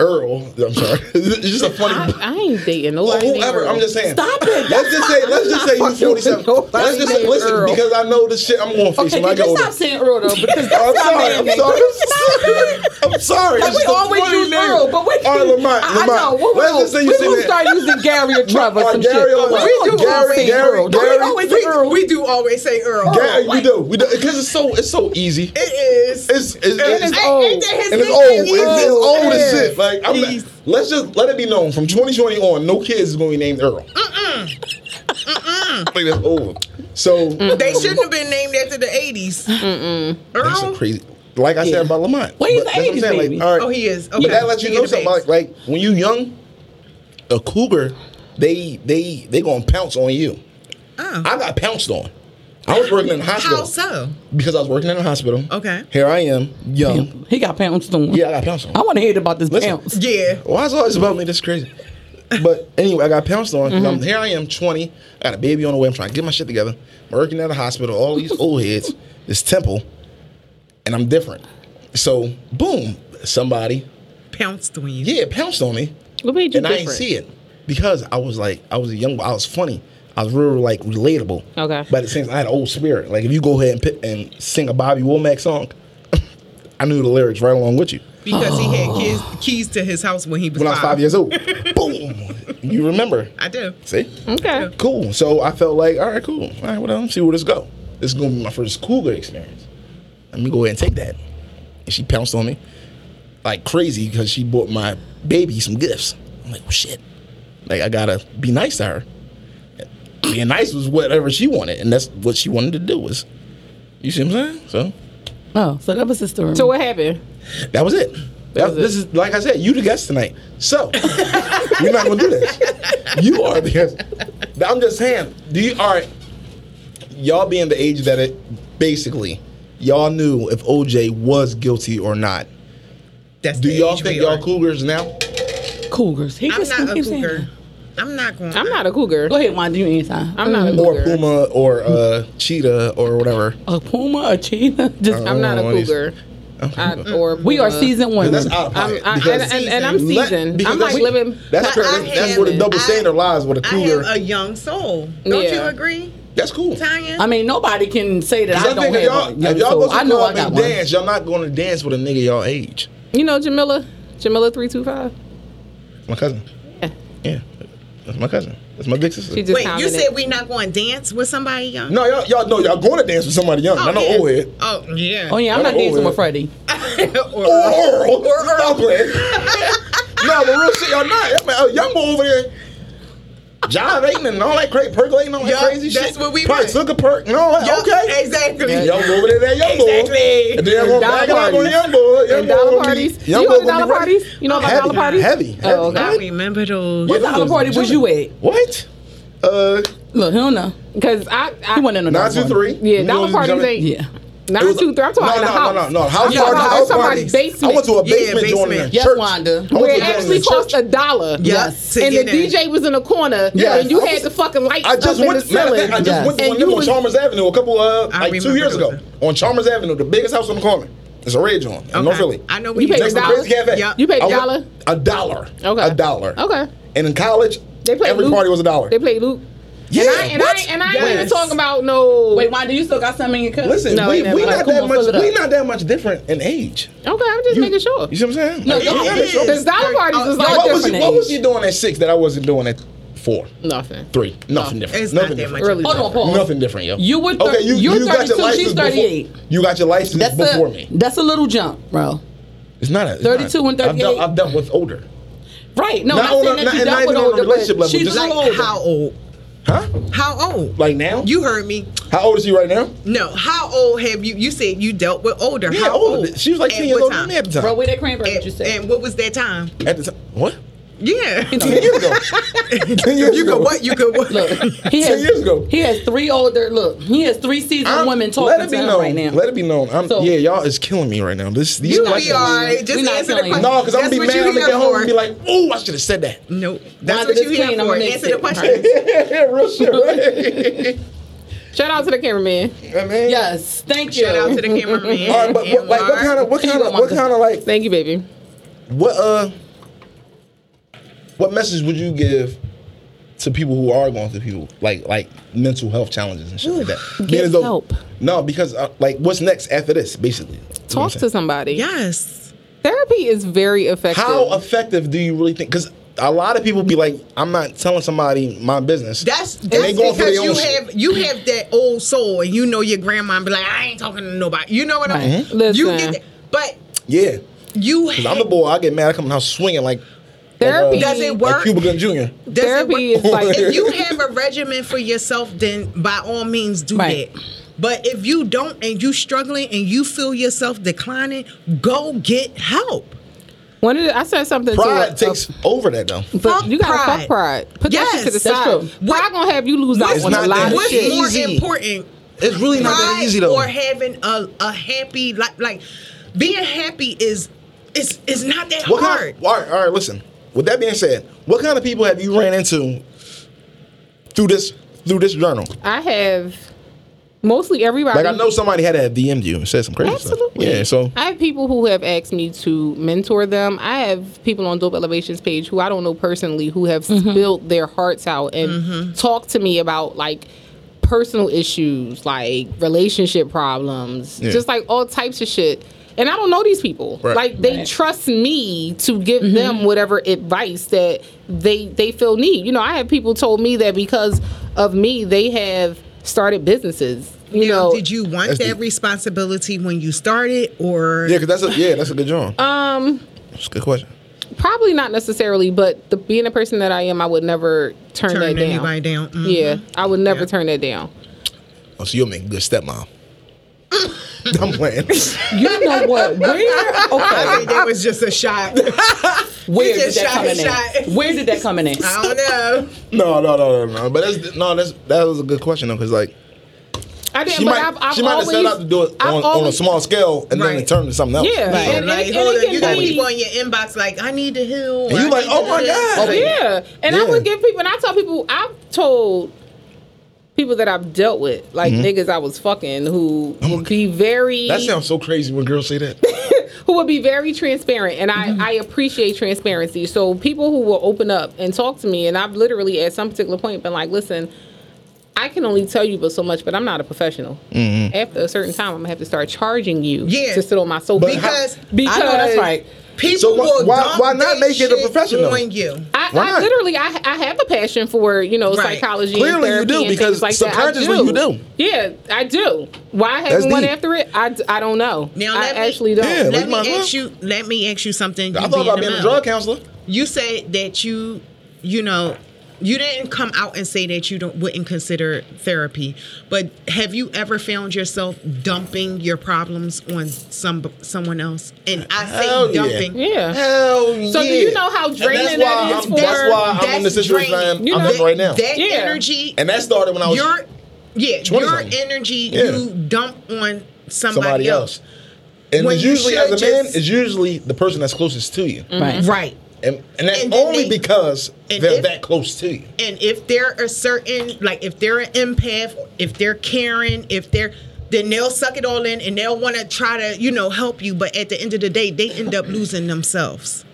C: Earl. I'm sorry. it's just a funny.
E: I ain't dating
C: Or
E: nobody.
C: whoever.
E: named
C: I'm
E: Earl.
C: just saying.
D: Stop it.
C: Let's just say. Let's just say you 47. Let's just say, listen
E: Earl.
C: because I know this shit. I'm going to face
D: Okay,
C: when I
D: can
C: get
D: you
C: older.
D: stop saying Earl though?
C: I'm
D: Because that's not
C: sorry. I'm
D: manly.
C: sorry. I'm sorry. I'm sorry.
D: Like
C: It's
D: we
C: just a
D: always
C: funny
D: use
C: name.
D: Earl, but we
C: All right, Lamont.
D: I, I
C: Lamont.
D: know. We
C: Let's
D: will,
C: just say you
D: we
C: sit
D: will
C: there.
D: start using Gary or Trevor
C: Or
D: some
C: Gary or
D: shit. But
C: Lamont.
D: we do
C: Gary,
D: always say
C: Gary,
D: Earl. Don't
C: Gary.
D: we always
B: We,
D: say Earl?
B: we do always say Earl.
C: Yeah, we do. We do because it's so it's so easy.
B: It is.
C: It's it's,
B: It is
C: it's
B: old. Ain't that his
C: And it's
B: nickname?
C: old. It's, it's old as
B: Yeah.
C: shit. Like I'm not-
B: He's-
C: let's just let it be known from 2020 on, no kids is gonna be named Earl. Mm-mm. Mm-mm. like that's over. So
B: They shouldn't have been named after the 80s.
C: that's a
B: Earl?
C: crazy. Like I said about Lamont.
D: Well, he's
C: But that's
D: the
C: what I'm
D: 80s
C: saying,
D: baby.
C: all right.
B: Oh, he is. Okay.
C: But that lets you
B: He
C: know
B: the
C: something.
B: babes.
C: Like, like when you young, a cougar, they they they gonna pounce on you. I got pounced on. I was working in the hospital
B: Oh. How so?
C: because I was working in the hospital.
B: Okay.
C: Here I am, young.
D: He got pounced on.
C: Yeah, I got pounced on.
D: I want to hear about this
C: Listen.
D: pounce.
B: Yeah.
C: Why is it always about me? That's crazy. But anyway, I got pounced on. 'cause I'm, here I am, 20. I got a baby on the way. I'm trying to get my shit together. I'm working at a hospital. All these old heads, this temple, and I'm different. So, boom, somebody,
B: Pounced on you.
C: yeah, pounced on me,
E: What made you
C: and I didn't
E: different?
C: see it because I was like, I was a young, I was funny. I was real like relatable.
E: Okay.
C: But at the same time, I had an old spirit. Like if you go ahead and pick, and sing a Bobby Womack song, I knew the lyrics right along with you.
B: Because he had keys, keys to his house when he was
C: When I was
B: five.
C: five years old, boom, you remember?
B: I do.
C: See?
E: Okay.
C: Cool. So I felt like, all right, cool. All right, well, let's see where this go. This is gonna be my first cougar experience. Let me go ahead and take that. And she pounced on me like crazy because she bought my baby some gifts. I'm like, well, shit. Like I gotta be nice to her. Being nice was whatever she wanted, and that's what she wanted to do was. You see what I'm saying? So
D: Oh, so that was his story.
E: So what happened?
C: that was it. That,
E: was it.
C: this is like I said, you the guest tonight. So we're not gonna do this. You are the guest. I'm just saying. Do you all right? Y'all being the age that it basically, y'all knew if OJ was guilty or not.
B: That's
C: Do
B: the
C: y'all
B: age
C: think
B: we
C: y'all
B: are.
C: cougars now?
D: cougars? He
B: I'm
D: just
B: not a
D: keeps saying
B: cougar.
D: that.
B: I'm not going.
E: I'm not a cougar.
D: Go ahead, Wanda. You Mm. answer.
E: I'm not a
C: Or
E: cougar.
C: puma or uh, cheetah or whatever.
D: a puma, a cheetah. Just
E: I'm not a
C: Oh, these-
E: cougar. I, or
D: We are
E: Bula.
D: season one.
C: That's out of
E: I'm,
C: pocket.
E: I,
C: because-
E: and, and, and I'm
C: Let-
E: seasoned.
C: because
E: I'm like
C: that's-
E: living.
C: That's
B: But
C: correct.
B: I
C: That's, that's where the
B: haven't.
C: double
B: I-
C: standard lies with a
B: I am
C: cougar.
B: a young soul. Don't
E: Yeah.
B: you agree,
C: that's cool.
B: Tanya?
D: I mean, nobody can say that I
C: Because I
D: don't
C: think if
D: have.
C: y'all,
D: a young
C: if y'all
D: soul.
C: go to
D: I
C: the
D: know I
C: club
D: got
C: and
D: one.
C: dance, y'all not going to dance with a nigga y'all age.
E: You know Jamila, Jamila three two five.
C: My cousin.
E: Yeah.
C: Yeah, that's my cousin. That's my big sister.
E: She just
B: Wait, you
E: commented.
B: said we not going to dance with somebody young?
C: no, y'all, y'all, no, y'all going to dance with somebody young. not no
B: Oh, yeah.
C: old head.
B: Oh yeah.
D: Oh yeah, I'm
C: Y'all
D: not
C: go
D: dancing
C: with-
D: with Freddie.
B: Or-
C: Or Earl. Stop playing. no, but real shit, y'all not. Y'all, man, a young boy over there. Gyrating and all that crazy percolating, all that
B: Yup,
C: crazy shit.
B: that's what we
C: Probably took
B: want.
C: a perk. No,
B: Yup,
C: okay.
B: Exactly.
C: Young boy over there, that young boy.
B: Exactly.
C: And then I'm gonna
E: dollar
C: back it up on
E: parties.
C: young boy. Young
E: And
C: boy
E: dollar
C: gonna be-
E: parties.
C: young
E: You
C: boy
E: go
C: gonna
E: to
C: be
E: dollar
C: ready.
E: parties? You know about
C: Heavy,
E: dollar parties?
C: Heavy.
E: Oh,
C: heavy.
E: okay.
B: I remember those.
C: Yeah,
D: What
C: them
D: dollar
C: dudes
D: party
C: be
D: was you
C: jumping.
D: at?
C: What? Uh,
D: Look, he'll know.
E: Because I, I
D: He went in a
C: nine
D: dollar
C: two
D: party.
C: three.
E: Yeah,
C: You
E: dollar
C: know,
E: parties
C: jumping-
E: ain't-
D: Yeah.
E: Nine
C: It was-
E: two three. I'm talking
C: no,
E: about in the
C: no, No,
E: house.
C: no, no. House
E: I'm talking
C: party.
E: about
C: House
E: somebody's
C: parties. I went to a
E: basement.
B: Yeah,
C: basement joint in a
B: basement.
D: Yes,
C: church.
D: Wanda.
C: I
E: Where
C: went
E: it
C: to a
E: actually
C: basement
E: cost
C: church.
E: a dollar.
B: Yes.
E: And the
B: Sit in there.
E: DJ was in the corner.
D: Yes.
E: And you
C: I
E: had
C: was-
E: the fucking lights
C: I just
E: up
C: went.
E: in the
C: Matter of
E: ceiling.
C: fact, I just
D: Yes.
C: went to one
E: And you
C: little on
E: was-
C: Chalmers Avenue a couple uh
B: I
C: like two
B: remember
C: years ago
B: those.
C: on Chalmers Avenue, the biggest house on the corner. It's a red joint in North Philly.
B: I know
E: You
B: we
E: paid
C: Next
E: a
C: to
E: dollar?
C: Crazy Cafe.
B: Yup.
E: You paid
C: I went-
E: dollar?
C: A dollar.
E: Okay.
C: A dollar.
E: Okay.
C: And in college,
E: They played
C: every
E: Luke.
C: party was a dollar.
E: They played Luke.
C: Yeah.
E: And I, and
C: what?
E: I, and I
D: Yes.
E: ain't even talking about no.
D: Wait, why do you still got some in your cup?
C: Listen,
E: No,
C: we,
E: they never-
C: we
E: like,
C: not
D: come
C: that
D: on,
C: much.
D: fill it up.
C: We not that much different in age.
E: Okay, I'm just making sure.
C: You see what I'm saying?
D: No,
C: Like,
D: y'all
C: it- it
D: is.
C: is.
E: Because dollar parties
B: Oh,
E: was
B: y'all
E: like
C: what
E: different.
C: was you, what was you doing at six that I wasn't doing at four?
E: Nothing.
C: Three. Nothing different.
B: It's not
C: Nothing
B: that
C: different.
B: much.
E: Really.
D: Hold on, Paul.
C: Nothing different, yo.
D: You were thir-
C: okay. You,
D: you're
C: you got your
D: 32,
C: license
D: she's
C: before-
D: 38.
C: you got your license
D: That's
C: before
D: a,
C: me.
D: That's a little jump, bro.
C: It's not a it's
D: 32
C: not-
D: and
C: I've dealt,
D: 38.
C: I've dealt with older,
D: Right. No,
C: Not
D: not,
C: on
D: saying
C: a-
D: that
C: not- not
D: you dealt
C: even
D: with
C: on a
D: older, but
C: relationship level,
D: she's
C: just
D: a little
C: like
D: older.
B: How old?
C: huh?
B: How old?
C: Like now?
B: You heard me.
C: How old is she right now?
B: No. How old have you? You said you dealt with older.
C: Yeah,
B: how
C: older.
B: old?
C: She was like
B: oh. At
C: ten years
B: what
C: older
B: time?
C: than me at the time.
D: Bro, where that cranberry
B: And,
D: you said?
B: and what was that time?
C: at the time, what?
B: Yeah.
C: Ten years ago. Ten years
B: you
C: ago.
B: could what? You could what?
D: Look, he has,
C: Ten years ago.
D: He has three older. Look, he has three seasoned
C: I'm-
D: women talking
C: let it be
D: to him
C: known.
D: right now.
C: Let it be known. I'm,
D: So-
C: yeah, y'all is killing me right now. This these
B: you
C: questions-
B: be all right. Just
D: We not
B: answer the
D: telling you.
B: question.
C: No, because I'm gonna be
B: That's what
C: mad.
B: you
C: I'm gonna
B: here
C: get home
B: for.
C: and be like, "Ooh, I should have said that."
B: Nope.
D: Nah,
B: That's what
D: just
B: you here
D: clean, I'ma
B: for.
D: mix
B: Answer
D: it.
B: the question.
C: yeah, real shit. Right?
E: Shout out to the cameraman.
C: I mean,
D: Yes, thank you.
B: Shout out to the cameraman.
C: All right, Uh, but what, like, what kind of, what kind of, what kind of, like,
E: Thank you, baby.
C: what, uh, what message would you give to people who are going through people like, like mental health challenges and shit like that? Being as though-
E: help.
C: No, because uh, like, what's next after this, basically? You know what I'm
E: Talk to
C: saying?
E: somebody.
B: Yes.
E: Therapy is very effective.
C: How effective do you really think? Because a lot of people be like, "I'm not telling somebody my business."
B: That's
C: And they
B: that's
C: going for
B: because
C: their
B: you
C: own shit.
B: have you have that old soul and you know your grandma and be like, I ain't talking to nobody. You know what I mean?
E: Right. Mhm.
B: You get
E: Listen.
B: that. But
C: yeah.
B: you
C: Because I'm a boy, I get mad. I come in the house swinging like
E: Therapy.
C: Like, uh,
B: Does it work?
C: like Cuba Gooding Jr.
B: does it
E: Therapy
B: work?
E: is like-
B: if you have a regimen for yourself, then by all means do
D: Right.
B: that. But if you don't and you struggling and you feel yourself declining, go get help.
E: One of the, I said something to a-
C: Pride
E: a-
C: takes over that though.
E: but
B: Fuck
E: you gotta
B: pride.
E: fuck pride. Put that shit to the
B: Yes, that's
E: side.
D: true.
E: Pride gonna have you lose out
C: It's
E: on a
C: not
E: lot
C: that
E: of
B: What's
E: shit.
B: more
C: easy.
B: important?
C: It's really not that
B: pride
C: easy, though.
B: Or having a, a happy life. Like being happy is it's it's not that
C: What
B: hard.
C: kind all right, all right, listen. With that being said, what kind of people have you ran into through this through this journal?
E: I have mostly everybody.
C: Like I know somebody had to have DM'd you and said some crazy
E: Absolutely.
C: stuff. Yeah, so
E: I have people who have asked me to mentor them. I have people on Dope Elevations page who I don't know personally who have
B: Mm-hmm.
E: spilled their hearts out and talked to me about like personal issues, like relationship problems,
C: Yeah.
E: just like all types of shit. And I don't know these people.
C: Right.
E: Like they trust me to give
B: Mm-hmm.
E: them whatever advice that they they feel need. You know, I have people told me that because of me they have started businesses. You
B: Now,
E: know,
B: did you want
C: That's
B: that
C: the-
B: responsibility when you started, or
C: yeah, because that's a yeah, that's a good journal.
E: um
C: That's a good question.
E: Probably not necessarily, but the, being the person that I am, I would never turn,
B: Turn
E: that
B: anybody down.
E: down.
B: Mhm.
E: Yeah, I would never turn that down.
C: Oh, so you'll make a good stepmom. I'm playing.
D: You know what? Where?
B: I
D: Okay.
B: think that was just a shot?
D: Where
B: He
D: did
B: just
D: that
B: shot
D: come
B: his
D: in?
B: shot.
D: at? Where did that come in? at?
B: I don't know.
C: no, no, no, no, no. But that's no, that's that was a good question though, because like
E: I didn't.
C: she
E: but
C: might
E: I've, I've
C: she might have
E: always,
C: set out to do it
E: I've
C: on, on a
E: always-
C: small scale and then
B: Right.
C: it turned into something else.
E: Yeah,
C: Right.
E: and,
B: like,
E: and,
B: hold
E: and
B: on, you
E: it
B: got
E: can be.
B: people in your inbox like, I need to heal.
C: And you like, oh my God.
B: Like,
E: Yeah, and I
C: Yeah.
E: would give people, and I tell people, I've told people that I've dealt
C: Mm-hmm.
E: with, like niggas I was fucking, who would be very.
C: That sounds so crazy when girls say that.
E: who will be very transparent, and
C: Mm-hmm.
E: I, I appreciate transparency. So people who will open up and talk to me, and I've literally at some particular point been like, listen. I can only tell you but so much, but I'm not a professional.
C: Mm-hmm.
E: After a certain time, I'm gonna have to start charging you
B: Yeah.
E: to sit on my sofa
C: But how-
B: Because-
E: because
D: I know that's right.
B: People
C: So why-
B: will
C: why-
B: dump
C: why not
B: they
C: make it a
B: shit
C: professional?
B: on you.
E: I,
C: Why
E: I
C: not?
E: literally, I, I have a passion for you know
B: Right.
E: psychology.
C: Clearly you
E: and therapy
C: do,
E: and
C: because
E: things like that. I
C: subconsciously
E: do.
C: you do.
E: Yeah, I do. Why I
C: That's
E: haven't went
C: deep.
E: after it? I, d- I don't know.
B: Now,
E: I
B: let me-
E: actually don't.
C: Yeah,
B: Let me
C: Like my-
B: ask you. Let me ask you something.
C: I
B: you
C: thought about being
B: ML.
C: a drug counselor.
B: You said that you, you know, you didn't come out and say that you don't wouldn't consider therapy, but have you ever found yourself dumping your problems on some someone else? And I say
C: Hell yeah.
B: dumping.
E: Yeah.
C: Hell
E: So do you
C: yeah.
E: know how
C: And
E: draining
C: that's why
E: that is
C: I'm, That's
E: for-
C: why I'm in the
B: That's
C: situation
B: draining.
C: I'm,
E: You
C: I'm
E: know,
C: in right now.
B: That
E: Yeah.
B: energy
C: and that started when I was
B: your yeah,
C: 20
B: your
C: something.
B: energy
C: Yeah.
B: you dump on somebody,
C: somebody
B: else.
C: else. And
B: When
C: it's
B: you
C: usually,
B: should
C: as a man,
B: just-
C: it's usually the person that's closest to you.
E: Mm-hmm.
D: Right.
B: Right.
C: And, and that's
B: And then
C: only
B: they-
C: because
B: and
C: they're
B: if-
C: that close to you.
B: And if they're a certain like if they're an empath, if they're caring, if they're then they'll suck it all in and they'll want to try to, you know, help you, but at the end of the day, they end up losing themselves.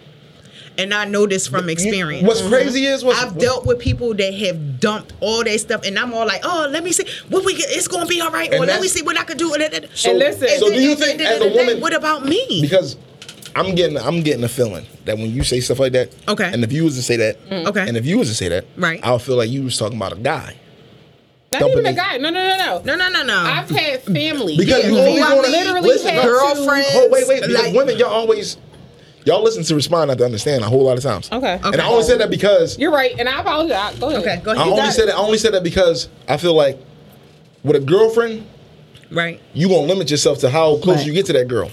B: And I know this from experience.
C: What's crazy is what's,
B: I've dealt with people that have dumped all their stuff, and I'm all like, "Oh, let me see what we get. It's gonna be all right,
C: And
B: or let me
C: that's-
B: see what I could do."
C: So,
E: And listen-
C: so
B: And
C: do
B: then
C: you
B: at the
C: think
B: end of
C: as
B: the
C: a
B: day,
C: woman?
B: what about me?
C: Because I'm getting, I'm getting a feeling that when you say stuff like that,
B: Okay.
C: and if you was to say that,
B: Okay.
C: and if you was to say that,
B: Right.
C: I'll feel like you was talking about a guy.
E: Not
C: Dumping
E: even a
C: is-
E: guy. No, no, no, no.
B: no, no, no, no.
E: I've had family.
C: Because
E: yeah,
C: you
E: who
C: always
E: I
C: wanna-
E: literally
C: listen,
E: had
B: girlfriend-
E: to-
C: Oh wait, wait. Because
B: Like-
C: women, y'all always, y'all listen to respond not to understand a whole lot of times.
E: Okay.
C: And
B: Okay.
C: I only said that because
E: You're right, and I apologize. Go ahead.
B: okay, go
C: I
B: ahead. You
C: only
B: got
C: said
B: it.
C: that. I only said that because I feel like with a girlfriend,
B: right.
C: you gonna limit yourself to how close
D: Right.
C: you get to that girl,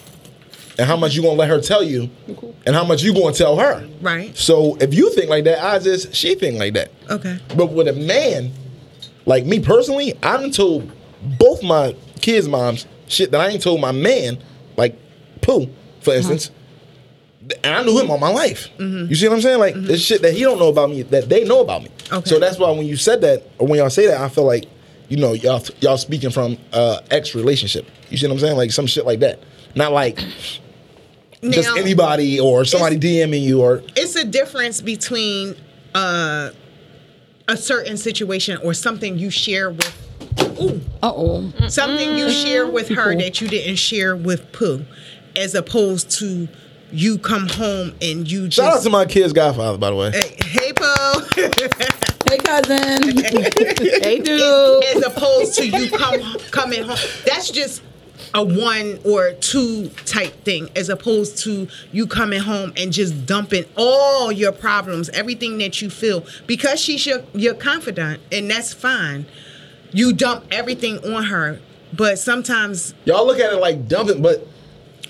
C: and how much you gonna let her tell you, and how much you gonna tell her.
B: Right.
C: So if you think like that, odds is she think like that.
B: Okay.
C: But with a man, like me personally, I done told both my kids' moms shit that I ain't told my man, like Pooh, for instance.
B: Uh-huh.
C: And I knew him all my life.
B: Mm-hmm.
C: You see what I'm saying? Like this shit that he don't know about me that they know about me.
B: Okay.
C: So that's why when you said that or when y'all say that, I feel like you know y'all y'all speaking from uh, ex relationship. You see what I'm saying? Like some shit like that. Not like just
B: Now-
C: anybody or somebody DMing you or
B: it's a difference between uh, a certain situation or something you share with ooh,
D: Uh oh.
B: something you share with her that you didn't share with Pooh, as opposed to you come home and you just
C: shout out to my kids' godfather by the way.
B: Hey, hey Pooh,
D: Hey, cousin.
E: They do.
B: as opposed to you come coming home. That's just a one or two type thing, as opposed to you coming home and just dumping all your problems, everything that you feel, because she's your your confidant, and that's fine. You dump everything on her, but sometimes
C: Y'all look at it like dumping, but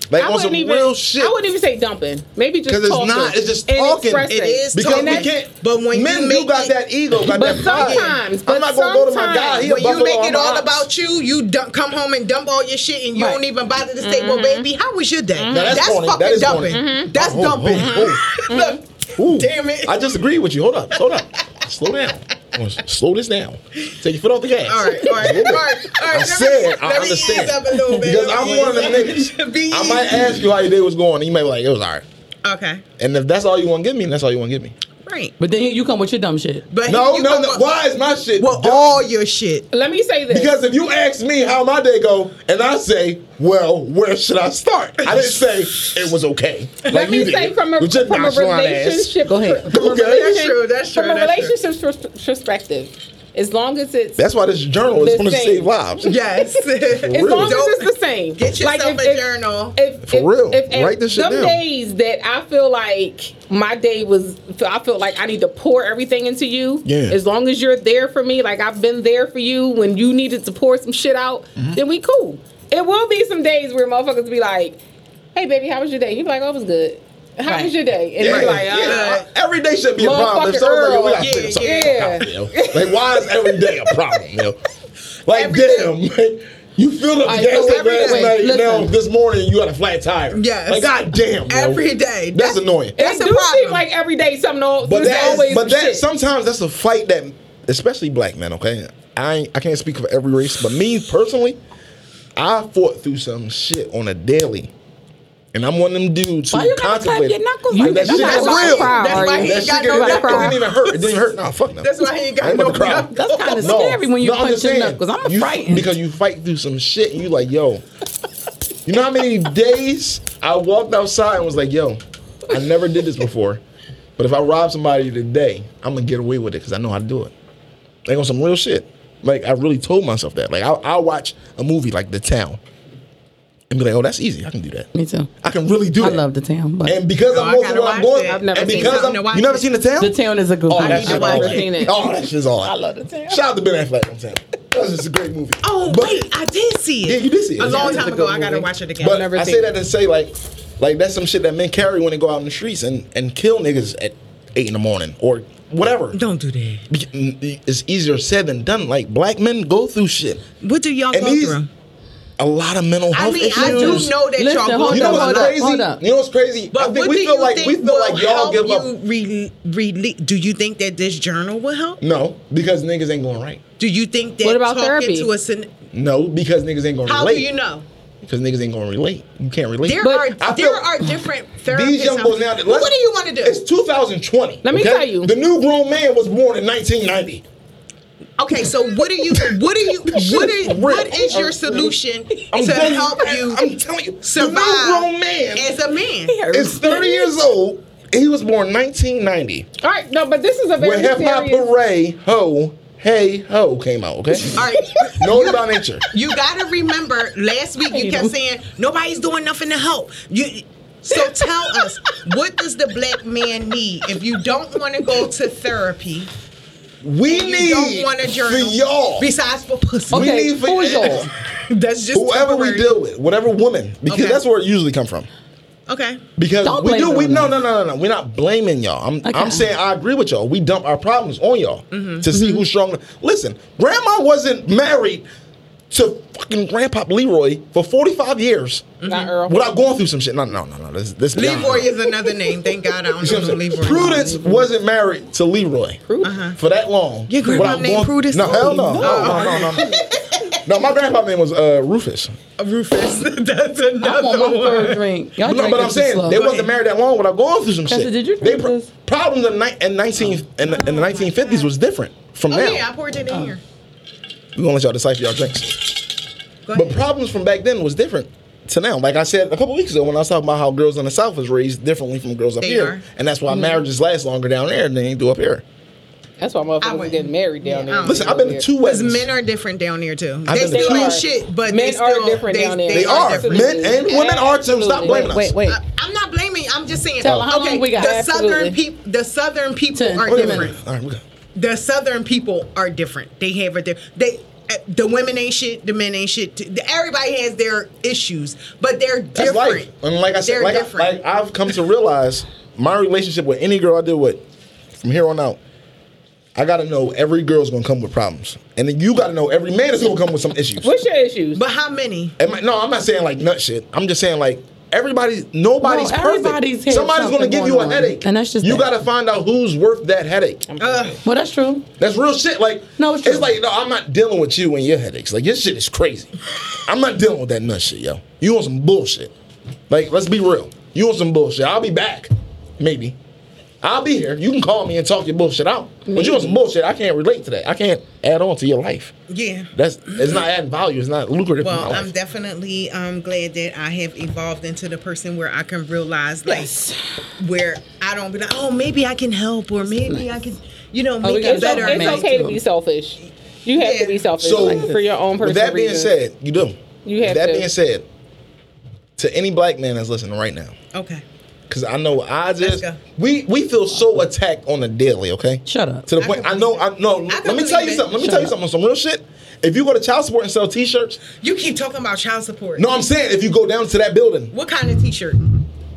C: like
E: I
C: on some
E: wouldn't even.
C: real shit.
E: I wouldn't even say dumping. Maybe just
C: 'Cause it's
E: talking.
C: not, it's just
E: and
C: talking.
E: expressing.
B: it is
C: because
B: talking,
C: we can't.
B: But when
C: men
B: you
C: do
B: make
C: got
B: it,
C: that ego, got
E: But
C: that pride.
E: sometimes,
C: I'm
E: but
C: not gonna go to my guy. Oh, He a
B: when you
C: buffalo
B: make
C: on
B: it
C: my
B: all
C: ox.
B: about you, you dump, come home and dump all your shit, and you
D: Right.
B: don't even bother to say, "Well, baby, how was your day?"
C: Mm-hmm. Now, that's corny. That
B: fucking
C: is corny.
B: dumping. That's
C: Oh,
B: dumping.
C: oh,
B: Look,
C: Ooh,
B: Damn it.
C: I disagree with you. Hold up. Hold up. Slow down. I'm gonna Slow this down. Take your foot off the gas.
B: All right, all right, all right, all right.
C: I
B: Let me,
C: said I
B: let me
C: understand
B: ease up a little bit.
C: because
B: Let me
C: I'm one of them
B: ease up. Be
C: niggas. I
B: easy.
C: might ask you how your day was going, and you may be like, "It was all right."
B: Okay,
C: And if that's all you want to give me, that's all you want to give me.
B: right.
D: but then here you come with your dumb shit.
B: But
C: No,
B: you
C: no,
B: come
C: no.
B: up
C: Why is my shit?
B: With
C: dumb?
B: all your shit.
E: Let me say this.
C: Because if you ask me how my day go, and I say, "Well, where should I start?" I didn't say it was okay.
E: Let me say from a,
C: Which is
E: from a
C: nonchalant ass.
E: relationship.
D: Go ahead.
E: From a
C: Okay.
E: relation-
B: That's true, that's true,
E: From a
B: that's true.
E: relationship pers- perspective, as long as it's
C: That's why this journal is
E: The
C: supposed to
E: same.
C: save lives.
B: Yes.
E: as
C: real.
E: long
B: Don't-
E: as it's the same.
B: Get yourself a journal.
E: If,
C: For
E: if-
C: real.
E: if- if
C: Write this shit down.
E: them days that I feel like my day was, I feel like I need to pour everything into you.
C: Yeah.
E: As long as you're there for me, like I've been there for you when you needed to pour some shit out,
C: Mm-hmm.
E: then we cool. It will be some days where motherfuckers be like, "Hey, baby, how was your day?" You be like, "Oh, it was good." How
D: Right.
E: was your day? And
C: Yeah,
E: you be like,
C: yeah.
E: "Uh,
C: Every day should be a problem. If
E: Motherfucker
C: someone's like, "Yo, we gotta
E: Earl.
C: figure something
E: Yeah,
C: out, yo." Like, why is every day a problem, yo? Like,
B: Every day.
C: damn, man. You filled up the
D: I
C: gas
D: know
C: tank
D: every
C: last
D: day.
C: night.
D: Listen.
C: Now this morning you got a flat tire.
B: Yes.
C: Like, god damn, yo.
B: Every day.
C: That's,
B: That's-
C: annoying.
B: That's
E: it
B: a
E: do seem
B: problem.
E: like every day something all,
C: But
E: there's
C: that, is-
E: always
C: but
E: shit.
C: that sometimes that's a fight that, especially black men. Okay, I ain't, I can't speak for every race, but me personally, I fought through some shit on a daily, And I'm one of them dudes
D: Why
C: who
D: you gotta clap
C: contemplate.
D: your knuckles
C: Like,
D: like
C: that
D: that?
C: shit
D: You
C: is
D: gotta
C: real.
E: cry.
C: That
E: That's
B: why he
C: shit
B: ain't got
C: didn't-
B: no
C: that
B: knuckles.
C: didn't even hurt. It didn't hurt. Nah, fuck no.
B: That's why he ain't got
C: I ain't
B: no
C: about to cry.
B: knuckles.
D: That's kind of
C: No,
D: scary when you
C: no, I'm
D: punch
C: just
D: your
C: saying,
D: knuckles. I'm
C: you-
D: frightened.
C: because you fight through some shit. and You like, yo, you know how many days I walked outside and was like, yo, I never did this before, but if I rob somebody today, I'm gonna get away with it because I know how to do it. Like on some real shit. Like I really told myself that. Like I I watch a movie like The Town and be like, oh, that's easy. I can do that.
D: Me too.
C: I can really do
D: I
C: that.
D: love the town, but
C: And because
B: No, Oh, I
C: I'm most
B: gotta
C: of what I'm
B: watch
C: going,
B: it. I've
E: never
C: and
E: seen
C: because
E: it.
C: I'm,
B: Something to
C: you never
B: watch
C: seen the town?
D: the town is a good.
C: Oh,
D: one.
C: that
E: to
C: shit
E: watch
C: all
E: it. Seen it.
C: Oh, that shit's all I
D: love The Town.
C: Shout out to Ben Affleck on town. That was just a great movie.
B: Oh
C: But-
B: wait, I did see it.
C: Yeah, you did see it.
B: a long
C: It's a
B: time
C: good
B: ago. I gotta
D: movie.
B: watch it again.
C: But
E: never
C: I
E: seen
C: say that to say like, like that's some shit that men carry when they go out in the streets and and kill niggas at eight in the morning or whatever.
B: Don't do that.
C: It's easier said than done. Like black men go through shit,
B: What do y'all
C: and
B: go
C: these
B: through?
C: a lot of mental
B: I
C: health
B: mean,
C: issues.
B: I do know that
D: Listen,
B: y'all go
D: hold
C: You know
D: up,
C: what's
B: through a lot.
D: up,
C: crazy?
D: hold up.
C: You know what's crazy?
B: But
C: I think
B: what
C: we
B: do
C: feel
B: you
C: like
B: think
C: we feel
B: will
C: like y'all
B: help
C: give
B: you
C: up.
B: Re- rele- do you think that this journal will help?
C: No, because niggas ain't going right.
B: Do you think that
E: What about
B: talking
E: therapy?
B: to a syn-
C: No, because niggas ain't going to
B: how
C: relate.
B: do you know?
C: Because niggas ain't going to relate. You can't relate.
B: There
E: But
C: I
B: are there
C: feel-
B: are different therapists.
C: These young
B: out
C: boys
B: there.
C: now.
B: But
C: let's-
B: what do you want to do?
C: It's 2020.
E: Let me
C: okay?
E: tell you.
C: The new grown man was born in 1990.
B: Okay, so what are you? What are you?
C: This
B: What
C: shit
B: is,
C: is real.
B: what is your solution
C: I'm
B: to
C: telling
B: help you?
C: I'm telling you.
B: survive
C: The new grown man
B: as a man.
C: is 30 years old. He was born 1990
E: All right, no, but this is a
C: when
E: very
C: Hip Hop
E: serious.
C: Hooray Ho Hey Ho came out. Okay.
B: All right.
C: No it's about nature.
B: You gotta remember, last week you kept saying nobody's doing nothing to help. You so tell us, what does the black man need if you don't want to go to therapy?
C: We
B: and you don't
C: need
B: want a journal
C: for y'all.
B: Besides for pussy.
C: We
D: Okay,
C: need for
D: who's y'all?
B: That's just
C: Whoever we
B: temporary.
C: deal with, whatever woman, because
B: Okay.
C: that's where it usually come from.
B: Okay.
C: Because
D: Don't
C: we
D: blame
C: do,
D: it
C: we
D: on
C: no,
D: us.
C: no, no, no, no. We're not blaming y'all. I'm, I'm
D: Okay.
C: saying I agree with y'all. We dump our problems on y'all
B: Mm-hmm.
C: to see who's stronger. Listen, grandma wasn't married to fucking grandpa Leroy for 45 years
E: Not Earl.
C: without going through some shit. No, no, no, no. This, this
B: Mm-hmm. Leroy is another name. Thank God I don't
C: You see
B: know
C: what I'm
B: no
C: saying?
B: Leroy.
C: Prudence wasn't married to Leroy Uh-huh. for that long.
B: Your grandma
C: without
B: named
C: going-
B: Prudence?
C: No, hell no.
B: Oh,
C: No, no, no, no. no. No, my grandpa's name was uh, Rufus.
B: Rufus. That's
D: I want my
B: another
D: third
B: one.
D: drink. Y'all
C: But, no,
D: drink
C: but I'm
D: it too
C: saying
D: slow.
C: they wasn't
B: ahead.
C: married that long without going through some shit.
D: Chester, did you
C: they
D: drink this?
C: problems in, ni- in 19 in, in the 1950s was different from
B: Oh
C: now.
B: yeah, I poured it in here.
C: We gonna let y'all decipher y'all drinks.
B: Go
C: But
B: ahead.
C: problems from back then was different to now. Like I said a couple weeks ago when I was talking about how girls in the South is raised differently from girls up
B: They
C: here,
B: are.
C: and that's why marriages last longer down there than they do up here.
E: That's why
B: I
E: motherfuckers
B: wouldn't.
E: getting married
B: Yeah, I
E: down there.
B: don't.
C: Listen, I've been to two
B: Because
C: weddings.
B: men are different down there too.
C: I've
B: They
C: been to
B: still
C: two-
B: ain't shit, but
E: men
B: they still,
E: are different
B: they,
E: down there.
B: They,
C: are.
B: different.
C: Men and women are too. Stop
E: Absolutely.
C: blaming us.
E: Wait, wait.
D: Uh,
B: I- I'm not blaming. I'm just saying.
D: Tell her how long we got.
B: The
E: Absolutely.
B: southern people. The southern people
D: Ten.
B: are
C: Wait a
B: different.
C: minute. All right, we got.
B: The southern people are different. They have a different. They. uh, The women ain't shit. The men ain't shit. The- Everybody has their issues, but they're
C: That's
B: different.
C: life. And like I said,
B: they're
C: like, I- like
B: different.
C: I've come to realize my relationship with any girl I deal with from here on out, I gotta know every girl's gonna come with problems. And then you gotta know every man is gonna come with some issues.
E: What's your issues?
B: but how many?
C: Am I- no, I'm not saying like nut shit. I'm just saying like everybody's nobody's
D: Well,
C: perfect.
D: everybody's had
C: Somebody's gonna
D: something
C: give you a
D: going on.
C: headache.
D: And that's just
C: you
D: that.
C: gotta find out who's worth that headache.
B: Ugh.
D: well, that's true.
C: That's real shit. Like
D: No, it's
C: it's,
D: true.
C: like no, I'm not dealing with you and your headaches. Like your shit is crazy. I'm not dealing with that nut shit, yo. You want some bullshit? Like let's be real. You want some bullshit? I'll be back, maybe. I'll be here. You can call me and talk your bullshit out. But you want some bullshit? I can't relate to that. I can't add on to your life.
B: yeah.
C: That's it's not adding value. It's not lucrative. in my
B: Well,
C: life.
B: I'm definitely um, glad that I have evolved into the person where I can realize, like, where I don't be like, oh, maybe I can help, or maybe I can, you know, make
D: gotta
B: it
E: It's, o-
D: stop
B: better.
E: it's
D: man.
E: okay to be selfish. You have to be
B: Yeah.
E: selfish
C: So
E: like, for your own personal
C: With that being
E: reasons.
C: said, you do.
E: You
C: with
E: have
C: that
E: to.
C: being said, to any black man that's listening right now,
B: Okay.
C: because I know I just
B: go.
C: we we feel so attacked on the daily. Okay,
D: Shut up.
C: To the
B: I
C: point,
B: can
C: I know. I
B: believe
C: know.
B: I can
C: let me tell
B: believe
C: you
B: it.
C: something. Let me
D: Shut
C: tell you
D: up.
C: something. on Some real shit. If you go to child support and sell T-shirts,
B: You keep talking about child support.
C: no, I'm saying if you go down to that building
B: What kind of T-shirt?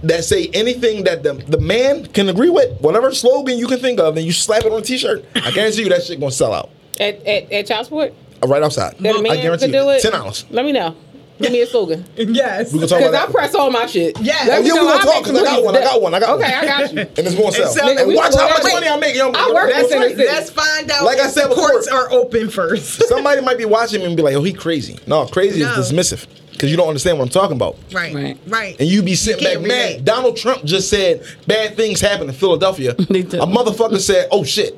C: that say anything that the the man can agree with, whatever slogan you can think of, and you slap it on a T-shirt, I guarantee you that shit gonna sell out uh,
E: at, at, at child support,
C: right outside.
E: that a
C: I
E: man
C: guarantee
E: can do it.
C: Ten dollars.
E: Let me know. Give me a slogan.
B: Yes.
C: We gonna talk
E: Because I
C: about that.
E: press all my shit.
B: Yes.
E: Let
B: Oh,
E: me
C: yeah, we
E: know
C: gonna
E: I
C: talk
E: make
C: 'cause I got
E: cookies
C: one, I
E: that-
C: got one, I got
E: Okay,
C: one.
E: I got you.
C: and it's going to sell.
B: And so-
C: And
B: we
C: watch
E: gonna
C: how
E: go
C: much
E: that way.
C: money I make. Yo,
E: I work
C: that's
E: with
C: crazy.
E: niggas.
B: Let's find out.
C: Like I
B: if
C: said
B: the courts
C: before-
B: are open first.
C: Somebody might be watching me and be like, "Oh, he crazy." No, crazy
B: No.
C: is dismissive. because you don't understand what I'm talking about.
B: Right.
D: Right.
B: Right.
C: And you be sitting
B: You
C: back
B: can't
C: mad.
B: relate.
C: Donald Trump just said bad things happen in Philadelphia. a
D: They did.
C: motherfucker said, "Oh shit."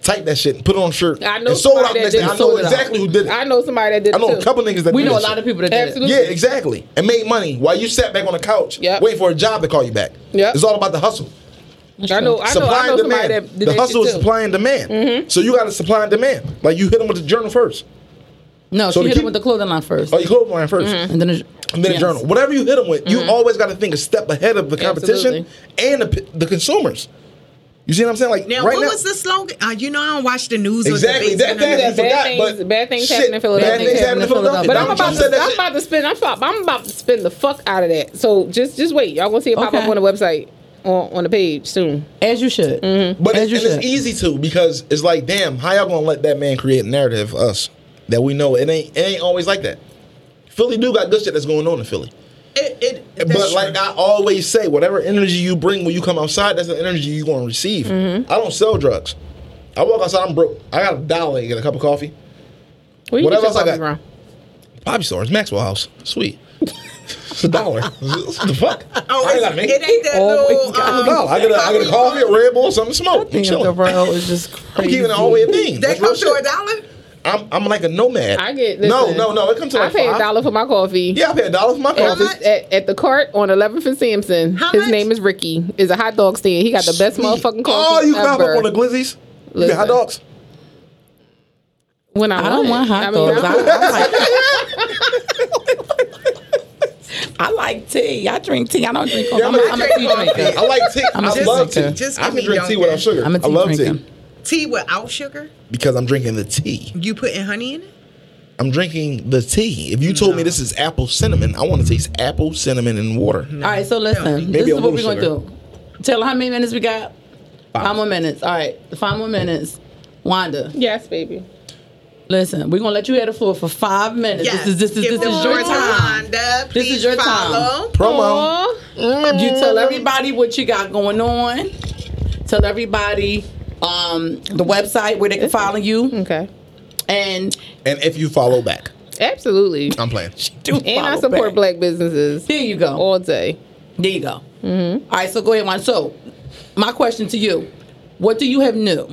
C: Type that shit and put it on a shirt.
E: I know
C: and sold
E: somebody
C: out
E: that
C: next
E: did
C: day. I know
D: sold it out.
C: exactly who did it.
E: I know somebody that did.
C: I know
E: it
C: a
E: too.
C: couple niggas that
D: We
C: do
D: know a
C: that
D: lot
C: shit.
D: of people that did it.
E: Absolutely.
C: Yeah, exactly. And made money while you sat back on the couch,
E: Yep.
C: waiting for a job to call you back.
E: Yep.
C: It's all about the hustle.
E: I know. I know.
C: supply
E: I know
C: and
E: somebody
C: demand.
E: that did
C: the
E: that
C: hustle is
E: shit too. Mm-hmm.
C: supply and demand. So you got to supply and demand. Like you hit them with the journal first,
D: No,
C: So Oh, the
D: she hit
C: key-
D: him with the clothing line first.
C: or your clothing line 1st
E: Mm-hmm.
D: And then, it,
C: and then
D: yes.
C: a journal. Whatever you hit them with, you always got to think a step ahead of the competition
E: Absolutely.
C: and the, p- the consumers. You see what I'm saying? Like
B: Now,
C: right
B: what
C: now,
B: was the slogan? Uh, you know, I don't watch the news.
C: exactly
B: Or
C: that thing I
B: debates
E: Bad
C: forgot.
E: things-
C: but
E: bad things
C: shit,
E: happen in Philadelphia.
C: Bad things happen in Philadelphia.
D: But I'm
C: Donald
E: I'm
C: Trump
E: about,
C: said
E: to,
C: that
E: I'm
C: shit.
E: about to spin. I'm, about- I'm about to spin the fuck out of that. So just just wait. Y'all gonna see it pop
D: Okay.
E: up on the website on, on the page soon.
D: As you should.
C: Mm-hmm. But
D: As
C: it,
D: you
C: and it's
D: should.
C: easy to because it's like, damn, how y'all gonna let that man create a narrative of us that we know it ain't it ain't always like that. Philly do got good shit that's going on in Philly.
B: It, it, that's
C: but
B: true.
C: like I always say, whatever energy you bring when you come outside, that's the energy you're gonna receive.
E: Mm-hmm.
C: I don't sell drugs. I walk outside, I'm broke. I got a dollar and get a cup of coffee.
E: Where you
C: What
E: get your
C: else I
E: coffee
C: got?
E: from?
C: Poppy stores, Maxwell House. Sweet. it's a dollar. what the fuck?
B: oh,
C: I ain't
B: it's-
C: gotta make
B: it ain't that
D: Oh,
B: little.
D: it's got
B: um,
C: No, I get a, I get a coffee, a Red Bull, something to smoke. I'm
D: Damn, the
C: chilling.
D: world is just crazy.
C: I'm keeping it all the way at bean.
B: That
C: That's real
B: comes to
C: shit.
B: a dollar.
C: I'm I'm like a nomad.
E: I get
C: no,
E: listen,
C: no, no. It comes to
E: I
C: like
E: pay a
C: five.
E: dollar for my coffee.
C: Yeah, I pay a dollar for my
E: At,
C: coffee.
B: much?
E: this- at, at the cart on 11th and Sampson.
B: How
E: His
B: much?
E: name is Ricky. Is a hot dog stand. He got the best
C: Sweet.
E: motherfucking coffee
C: Oh, you cop
E: ever.
C: up on the glizzies. You get
E: Listen.
C: hot dogs.
E: when I,
D: I don't want
E: it.
D: hot
E: I mean,
D: dogs. I,
E: I-
D: like, I like tea. I drink tea. I don't drink coffee.
C: Yeah,
D: I'm, a, I'm a tea
C: coffee.
D: drinker.
C: I like tea.
D: I'm a
C: I
D: tea
C: love
D: drinker.
C: tea.
B: Just
C: I
B: give
C: can
B: me
C: drink tea
B: Dunkin'.
C: without sugar.
D: I'm a tea
C: I love
D: drinker.
C: tea
B: Tea without sugar.
C: because I'm drinking the tea.
B: You putting honey in it?
C: I'm drinking the tea. If you told me this is apple cinnamon, I want to taste apple cinnamon and water.
D: All right, so listen.
C: Maybe
D: this
C: a
D: is what we're
C: little
D: going to do. Tell her how many minutes we got. Five. more minutes. All right, five more minutes. Wanda,
E: yes, baby.
D: listen, we're gonna let you have the floor for five minutes.
B: Yes.
D: This is this is
B: Give
D: this
B: the
D: is your
B: floor to
D: time.
B: Wanda.
D: This is
B: Please
D: your time.
B: follow.
C: Promo.
E: Aw.
D: You tell everybody what you got going on. Tell everybody um, the website where they can follow you
E: Okay.
D: and
C: And if you follow back,
E: Absolutely.
C: I'm playing.
D: do
E: And I
D: follow
E: support
D: back.
E: black businesses
D: There you go.
E: all day.
D: There you go.
E: Mm-hmm.
D: All right, so go ahead, Wanda. So, my question to you: What do you have new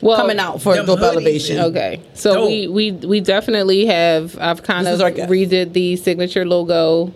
E: Well,
D: coming out for
B: them
D: Dope
B: hoodies
D: Elevation?
B: and-
E: Okay, so
B: Dope.
E: we we we definitely have. I've kind
D: This is
E: of
D: our guest.
E: redid the signature logo.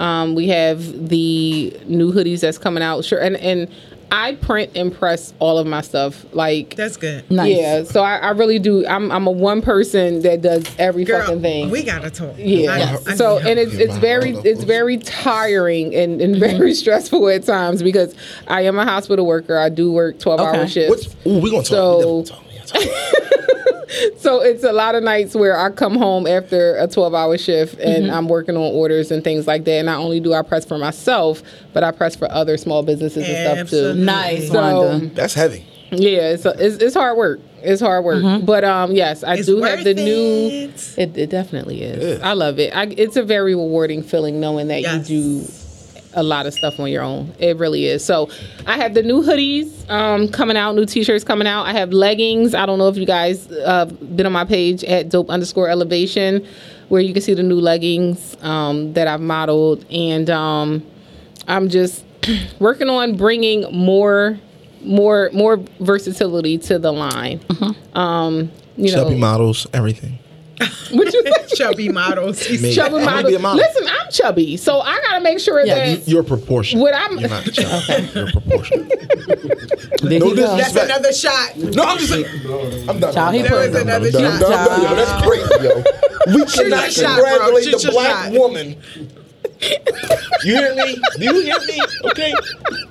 E: Um, we have the new hoodies that's coming out. Sure, and and I print and press all of my stuff. Like
B: That's good.
D: Nice.
E: yeah, so I, I really do. I'm I'm a one person that does every fucking thing.
B: we gotta talk. I-
E: Yeah.
B: I
E: So
B: need help.
E: and it's it's
C: Yeah,
E: very
C: my-
E: it's very tiring and, and
B: Mm-hmm.
E: very stressful at times because I am a hospital worker. I do work twelve hour
D: Okay.
E: shifts.
C: What's, ooh, we gonna talk.
E: So-
C: we definitely talk. We gotta talk.
E: So it's a lot of nights where I come home after a 12 hour shift
B: Mm-hmm.
E: and I'm working on orders and things like that. And not only do I press for myself, but I press for other small businesses and stuff
B: Absolutely.
E: too.
D: Nice,
E: So-
D: Wanda.
C: That's heavy.
E: Yeah, it's, it's, it's hard work. It's hard work. But um, yes, I
B: Mm-hmm. It's
E: do have
B: worth
E: the new.
B: it.
E: It, it definitely is.
C: Good.
E: I love it. I, it's a very rewarding feeling knowing that
B: Yes.
E: you do a lot of stuff on your own. It really is. So I have the new hoodies um, coming out, new t-shirts coming out. I have leggings. I don't know if you guys uh, been on my page at dope underscore elevation, where you can see the new leggings um, that I've modeled, and um, I'm just working on bringing more, more, more versatility to the line. Um, you know,
C: Chubby models, everything.
E: what you say?
B: chubby models. He's
C: Me.
E: Chubby
C: I wanna
E: model.
C: be a model.
E: Listen, I'm chubby, so I gotta make sure
D: Yeah,
E: that.
C: Your proportion.
E: What I'm-
C: You're not chubby. Your proportion.
D: There
C: No
D: you go.
B: That's
C: disrespect.
B: another shot.
C: No, I'm just saying. I'm done.
D: Child, he
C: I'm
D: put-
C: done. I'm done. I'm
B: There was
C: done. I'm done. I'm done. Yo,
D: another
C: That's crazy, yo. We cannot
B: shot,
C: congratulate
B: bro. Shoot
C: the
B: your
C: black
B: shot.
C: woman. You hear me? Do you hear me? Okay.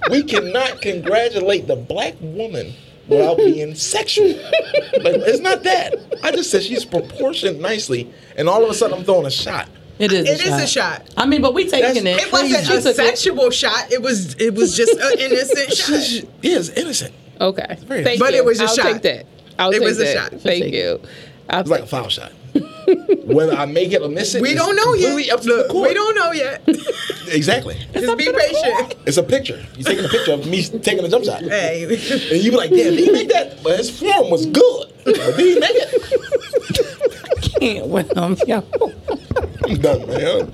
C: We cannot congratulate the black woman without being sexual. Like, it's not that. I just said she's proportioned nicely, and all of a sudden I'm towing a shot.
D: It is.
B: It is a shot.
D: I mean, but we taking
C: That's-
D: it.
B: It wasn't
D: She
B: a
D: took it.
B: sexual shot. It was it was just an innocent shot.
C: She is innocent.
E: Okay.
C: very
E: Thank
B: But
E: you.
B: it was a
E: I'll
B: shot.
E: Take that. I'll
B: It
E: take
B: was a
E: that.
B: shot. She'll
E: Thank
D: take
E: you. I'll
C: It's like a foul shot. Whether I make it or miss it,
B: We
C: it's
B: don't know
C: completely Up
B: yet.
C: to the
B: Look,
C: court.
B: we don't know yet.
C: Exactly.
B: Just be patient.
C: It's a picture. You taking a picture of me taking a jump shot.
B: Hey.
C: And you be like, damn, did he make that? But his form was good. But did he make it?
D: Can't with them, yo.
C: I'm done, man.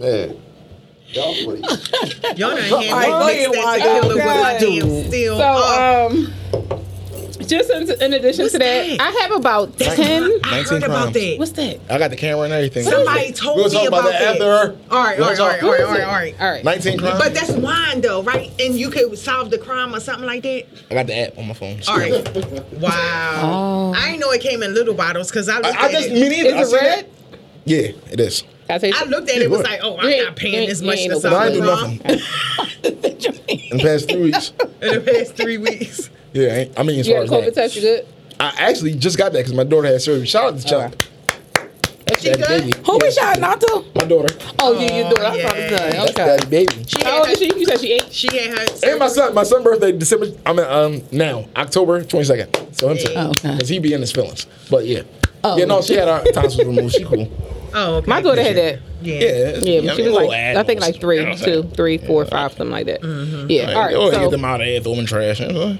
F: Man. Y'all funny.
B: Y'all done handled
D: right, go ahead,
B: mixed that
D: Wanda.
B: together with
E: Okay.
B: my damn steel.
E: So,
B: Oh,
E: um, just in, in addition
B: What's
E: to that,
B: that?
E: I have about
B: that's
E: ten.
B: not- I
C: 19
B: heard about
C: crimes.
B: that.
E: What's that?
C: I got the camera and everything.
B: Somebody told
C: we'll
B: me
C: talk about
B: about
C: that
B: that.
C: after.
B: All right,
C: We'll
B: all right,
C: talk-
B: all right, all right, all right, all right.
E: All right.
C: 19 crimes.
B: But that's wine though, right? And you could solve the crime or something like that.
C: I got the app on my phone.
B: All right. Wow. I didn't know it came in little bottles because I looked
C: I, I
B: at
C: just
B: it.
C: me neither.
E: Is
C: I
E: it
C: seen
E: red?
C: that. Yeah, it is.
E: I, say
B: I looked at it. It was like, oh, I'm
E: Yeah,
B: not paying this
E: yeah,
B: much
E: yeah,
B: to
E: no
C: But I
B: solve
C: ain't
B: the
C: do
B: crime
C: nothing in the past three weeks.
B: in the past three weeks.
C: Yeah, I, ain't- I mean, as
E: you
C: far
E: got a
C: as
E: COVID
C: like,
E: test. You good?
C: I actually just got that because my daughter had surgery. Shout out to Chuck.
B: Is she
C: That
B: good?
C: baby.
D: Who we shouting out to?
C: My daughter.
D: Oh, you, you do it. I thought it was
B: yeah.
D: done.
C: That's
D: Okay.
C: that baby.
B: She
E: How
B: had
E: old
B: her.
E: is she? You said she eight.
B: She had her.
C: And my son, my son's birthday, December. I mean, um, now October twenty second. So him too,
B: Oh,
D: okay.
C: because he be in his feelings. But yeah,
D: Oh.
C: yeah. No, she had her tonsils removed. She cool.
B: Oh, okay.
E: My daughter had that.
B: Yeah.
C: Yeah,
E: Yeah, but she was like, I think like three,
C: two,
E: two, three, four, five, something like that.
D: Mm-hmm.
E: Yeah,
C: All right,
E: all
C: go ahead,
E: right. So,
C: get them out of here, throw them in trash. You know?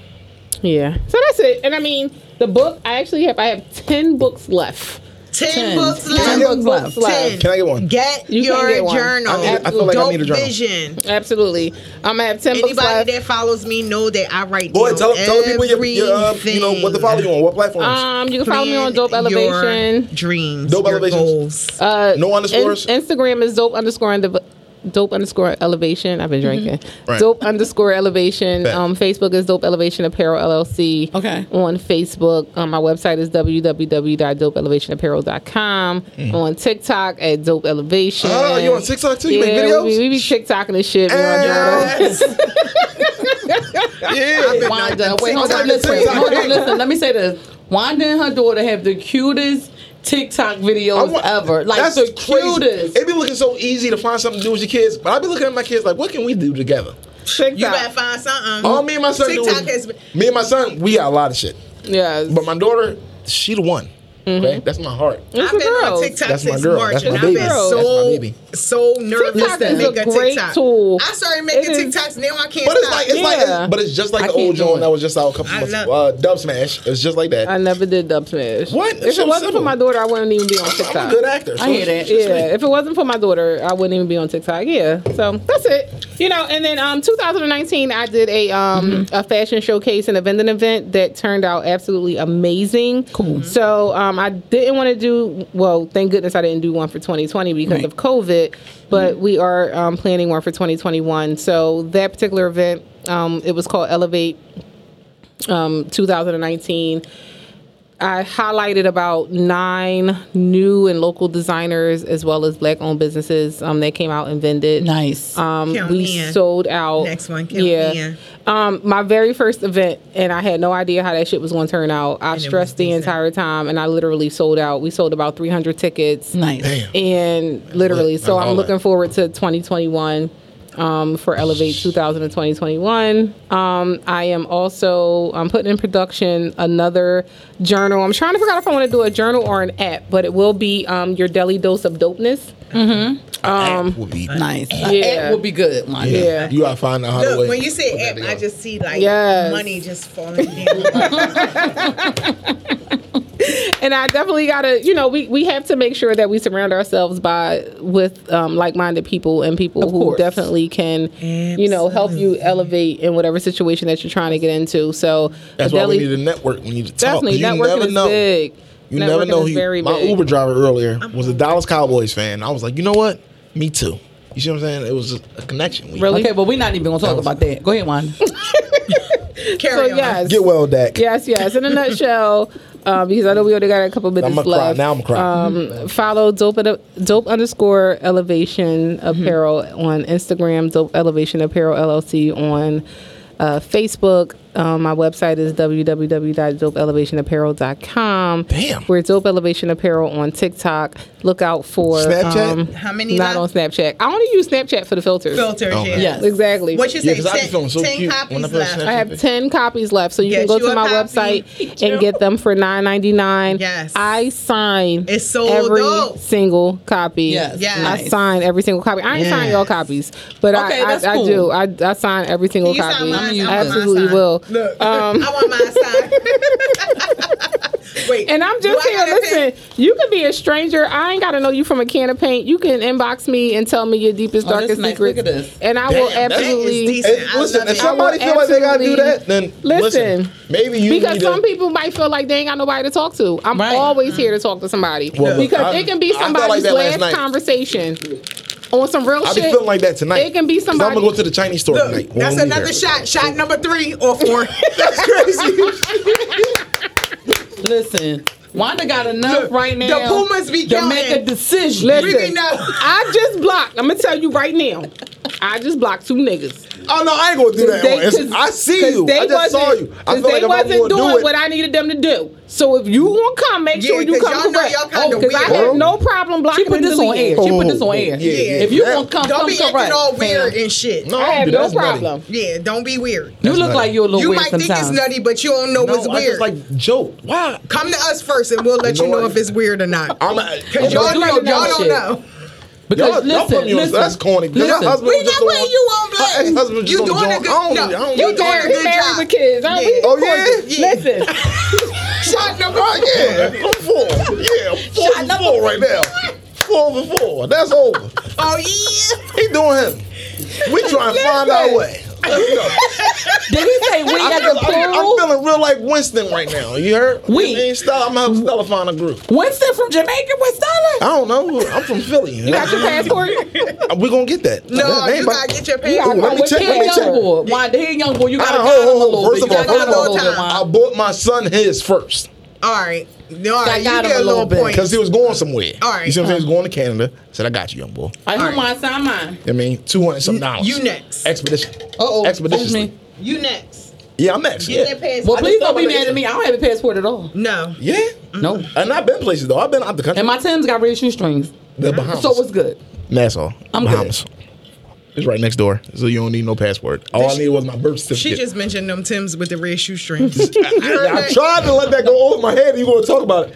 E: yeah, so that's it. And I mean, the book I actually have, I have ten books left.
B: Ten,
D: Ten.
B: books
D: Ten
B: left.
E: books left.
B: Ten.
C: Can I get one?
B: Get
E: You can
B: your
E: get one.
B: journal.
E: I need-
C: I feel like I
B: Dope
C: need a journal.
B: vision.
E: Absolutely, I'm gonna have ten books left.
B: Anybody that follows me know that I write.
C: Go ahead, tell,
B: down
C: tell the people your, your um, you know what to follow you on, what platforms.
E: Um, you can follow me on Dope
B: Plan your
E: Elevation.
B: Dreams.
C: Dope
B: your
C: Elevations.
B: Goals.
E: Uh,
C: No underscores?
E: in- Instagram is dope underscore and dope underscore elevation. I've been drinking.
C: Mm-hmm. Right.
E: Dope underscore elevation.
C: Bet.
E: Um, Facebook is dope elevation apparel LLC.
D: Okay.
E: On Facebook, um, my website is www.dopeelevationapparel.com. On TikTok at dope elevation.
C: Mm. Oh, you on TikTok too? You
E: yeah,
C: make videos? Eh.
E: We, be- we be TikToking and shit. me and my daughter.
C: Yes. yeah.
D: Wanda, wait, hold
C: TikTok
D: on, listen,
C: TikTok.
D: hold on, listen. Let me say this: Wanda and her daughter have the cutest TikTok
C: I
D: videos
C: want-
D: ever, like the cutest.
C: It be looking so easy to find something to do with your kids, but I be looking at my kids like, what can we do together?
E: TikTok.
B: You better find something.
C: All me and my son
B: TikTok
C: do. Is,
B: has been.
C: me and my son, we got a lot of shit,
E: yes.
C: but my daughter, she the one. Okay, that's my heart.
E: It's
B: I've
E: the
B: been on
E: girls.
B: TikTok
C: That's my
B: since
C: girl.
B: March,
C: That's
B: and
C: my
B: I've
C: baby.
B: been
E: That's my
B: so
C: baby.
B: so nervous
E: TikTok
B: to
E: is
B: make
E: a
B: a
E: great
B: TikTok.
E: tool.
B: I started making
E: It is-
B: TikToks now. I can't
C: But it's
B: stop.
C: like it's like
E: Yeah.
C: it's, but it's just like
D: I
C: the
D: can't
C: old
D: do
C: joint
D: it.
C: that was just out a couple
B: I
C: months
B: love-
C: ago. Uh, Dub Smash. It's just like that.
E: I never did dub smash.
C: What?
E: If
C: It's so
E: it wasn't
C: simple.
E: for my daughter, I wouldn't even be on TikTok.
C: I'm a good actor. so
D: I hear
C: it's-
D: that.
E: Yeah, if it wasn't for my daughter, I wouldn't even be on TikTok. Yeah, so that's it. You know, and then um, 2019, I did a um, a fashion showcase and a vending event that turned out absolutely amazing. Cool. So um, I didn't want to do well. Thank goodness I didn't do one for 2020 because
D: Right.
E: of COVID. But we are um, planning one for 2021. So that particular event, um, it was called Elevate um, 2019. I highlighted about nine new and local designers as well as black owned businesses um, that came out and vended.
D: nice.
E: Um,
B: Count
E: we
B: me in.
E: sold out.
B: Next one, count me in.
E: Um, my very first event, and I had no idea how that shit was going to turn out. I
B: it was
E: stressed the
B: decent.
E: entire time, and I literally sold out. We sold about 300 tickets
D: nice.
C: Damn.
E: and literally
C: lit.
E: so
C: That's all
E: i'm looking
C: that.
E: forward to 2021 um, for elevate 2000 and 2021 um, i am also i'm putting in production another journal i'm trying to figure out if i want to do a journal or an app but it will be um, your daily dose of dopeness
C: App would be-
D: Nice.
E: Yeah.
D: That would be good, Wanda.
C: Yeah.
E: Yeah.
C: You gotta find out how to
B: Look,
C: way.
B: when you say
C: put that
B: app, I
C: together.
B: just see like
E: Yes.
B: money just falling down.
E: and I definitely gotta, you know, we, we have to make sure that we surround ourselves by with um, like-minded people and people
D: Of
E: who
D: course.
E: definitely can, you know, help you elevate in whatever situation that you're trying to get into. So
C: That's
E: the
C: why we
E: deli-
C: need to network. We need to talk.
E: definitely
C: You
E: networking
C: never
E: is
C: know.
E: big.
C: You
E: networking
C: never know.
E: Is
C: who-
E: very
C: my
E: big.
C: Uber driver earlier was a Dallas Cowboys fan. I was like, you know what? Me too. You see what I'm saying? It was a connection. We-
E: Really?
D: Okay, but we're not even gonna talk about that. Go ahead, Wanda.
E: So
B: Carry on.
E: yes,
C: Get well, Dak.
E: yes, yes. In a nutshell, um, because I know we already got a couple minutes
C: I'm gonna cry
E: left.
C: now. I'm gonna cry.
E: Um, follow dope dope underscore elevation
C: Hmm.
E: apparel on Instagram, dope elevation apparel LLC on uh, Facebook. Um, my website is www.dopeelevationapparel.com.
C: Damn.
E: We're Dope Elevation Apparel on TikTok. Look out for um,
C: Snapchat?
B: How many
E: Not
B: left?
E: on Snapchat. I only use Snapchat for the filters.
B: Filters,
C: Oh,
B: yeah.
C: man.
D: Yes.
E: Exactly.
B: What you
C: Yeah,
B: say?
C: 'cause I be
B: Ten-
C: feeling so
B: ten
C: cute when I
B: copies
C: put
B: left.
C: Snapchat.
E: I have ten copies left, so you
B: Yes,
E: can go
B: you
E: to
B: a
E: my
B: copy.
E: website and get them for nine ninety nine.
B: Yes.
E: I sign
B: It's so
E: every
B: dope.
E: single copy.
D: Yes,
B: Yes.
E: I
B: nice.
E: sign every single copy. I ain't
B: Yes.
E: sign y'all copies, but
D: Okay,
E: I,
D: that's
E: I,
D: cool.
E: I do. I, I sign every single
B: You sign
E: copy. Um,
B: mine,
E: I
D: I want mine Um,
E: absolutely
B: signed.
E: will.
B: Look,
E: Um,
B: I want my side. Wait,
E: and I'm just
B: do I
E: here.
B: gotta
E: Listen, you could be a stranger. I ain't got to know you from a can of paint. You can inbox me and tell me your deepest,
D: Oh, this
E: darkest
D: nice. Look
E: secrets,
D: at this.
E: and I
C: Damn,
E: will
C: that is
E: absolutely.
B: decent.
C: Hey,
B: I
C: listen,
B: love
C: if
B: it.
C: somebody
E: I will
C: feel like they gotta do that, then
E: absolutely-
C: listen.
E: Listen.
C: maybe you
E: Because
C: need
E: some
C: to,
E: people might feel like they ain't got nobody to talk to. I'm
D: Right.
E: always here to talk to somebody
C: Well, look,
E: because
C: I-
E: it can be
C: I felt like
E: somebody's
C: that last
E: last,
C: night.
E: conversation on some real
C: I be
E: shit.
C: feeling like that tonight.
E: It can be
C: 'Cause I'm
E: somebody-
C: gonna go to the Chinese store tonight.
B: Look,
C: when
B: that's
C: we
B: another
C: here.
B: shot. Shot number three or four. That's crazy.
D: Listen, Wanda got enough right now.
B: the Pumas be
D: to
B: counting.
D: make a decision.
B: We be
E: Listen,
B: know.
E: I just blocked. I'm gonna tell you right now. I just blocked two niggas.
C: Oh no, I ain't gonna do that.
E: They-
C: Ron. It's-
E: 'cause-
C: I see
E: 'cause
C: you.
E: they
C: I just saw
E: wasn't-
C: you. I
E: 'cause
C: feel like
E: they
C: if I'm
E: wasn't
C: gonna
E: doing
C: do it,
E: what I needed them to do. So if you gonna come, make
B: Yeah,
E: sure you
B: 'cause
E: come
B: y'all know
E: correct.
B: y'all kinda
E: Because I
B: weird.
E: have no problem
D: She
E: blocking
D: put
E: and
D: this on
E: deleting.
D: air. She put this on
C: Yeah,
D: air.
C: yeah.
D: If you
C: Oh, Yeah.
D: want to come,
B: Don't
D: come
B: be
D: correct.
B: acting all weird
D: fam.
B: and shit.
C: no,
E: I
C: don't
E: have
C: do that.
E: no
C: That's nutty.
E: problem.
B: Yeah, don't be weird.
D: You look
C: nutty.
D: like you're a little
B: You
D: weird
B: might think
D: sometimes.
B: it's nutty, but you don't know
C: No,
B: it's
C: I
B: weird.
C: just like joke. Why?
B: Come to us first, and we'll let you
C: No,
B: know
C: I-
B: if it's weird or not.
C: I'm
B: Cause y'all,
D: do
B: know,
D: your
B: y'all
D: dumb
B: don't
D: shit.
B: know.
D: Because
C: Y'all- y'all
D: listen,
C: putting me on-
D: listen,
C: that's corny. Your
D: Listen,
C: husband-
B: We not
C: Just on-
B: putting you on
C: Her ex-husband
B: blast.
C: just
B: You
C: on the
B: doing a
C: joint. I
B: good
C: don't-
B: no.
C: I don't
B: You
C: do
B: doing
C: that.
B: a
E: He
B: good
E: married
B: job.
E: with kids. I
B: Yeah.
E: mean,
C: Oh, yeah?
E: Listen,
B: Shot number
C: Oh, yeah, I'm full. Yeah, I'm full for full right now. Full for full. That's over.
B: Oh yeah.
C: He doing him. We trying to find our way. You know,
D: did he say we
C: I
D: at
C: feel,
D: the
C: I'm, I'm
D: pool?
C: feeling real like Winston right now. You heard?
D: We.
C: I mean, Stella, I'm helping Stella find a group.
D: Winston from Jamaica with
C: I
D: Stella.
C: don't know. I'm from Philly.
E: you got your passport.
C: We're gonna get that.
B: No,
C: They
B: you
C: ain't
B: gotta
C: about-
B: get your
E: You
B: pants.
E: gotta-
C: Let me check. Let
D: Here,
C: me check.
D: young boy. Wanda, here, young boy. You
C: I
D: gotta
C: don't-
D: guide
C: hold,
D: him a
C: hold,
D: little
C: hold. First of
D: bit. You
C: all,
D: gotta guide
C: first of
D: him a
C: all,
D: little bit,
C: I
D: Wanda.
C: bought my son his first
B: All right. No, all right. You
D: got him
B: get a
D: a little
B: little
D: bit.
B: point.
C: because he was going somewhere.
B: All right.
C: you see what I'm saying? He was going to Canada. I said, I got you, young boy.
D: I
B: All
D: know
B: right.
D: mine, sign mine.
C: I mean, two hundred some dollars.
B: You next.
C: Expedition.
D: Uh-oh.
C: Expeditiously.
B: You next.
C: Yeah, I'm next.
B: Get
C: Yeah.
B: that pants.
D: Well, please
C: thought
D: don't be
C: about
D: mad
C: it.
D: at me. I don't have a passport at all.
B: No.
C: Yeah.
D: No.
C: And I've been places though. I've been out the country.
D: And my Tim's got red shoestrings.
C: the Bahamas.
D: So it's good.
C: Nassau.
D: I'm good.
C: Bahamas. It's right next door, so you don't need no passport. All I
B: she-
C: need was my birth certificate.
B: She just mentioned them Tims with the red shoestrings.
C: I, I- I tried to let that go over my head. and You gonna talk about it?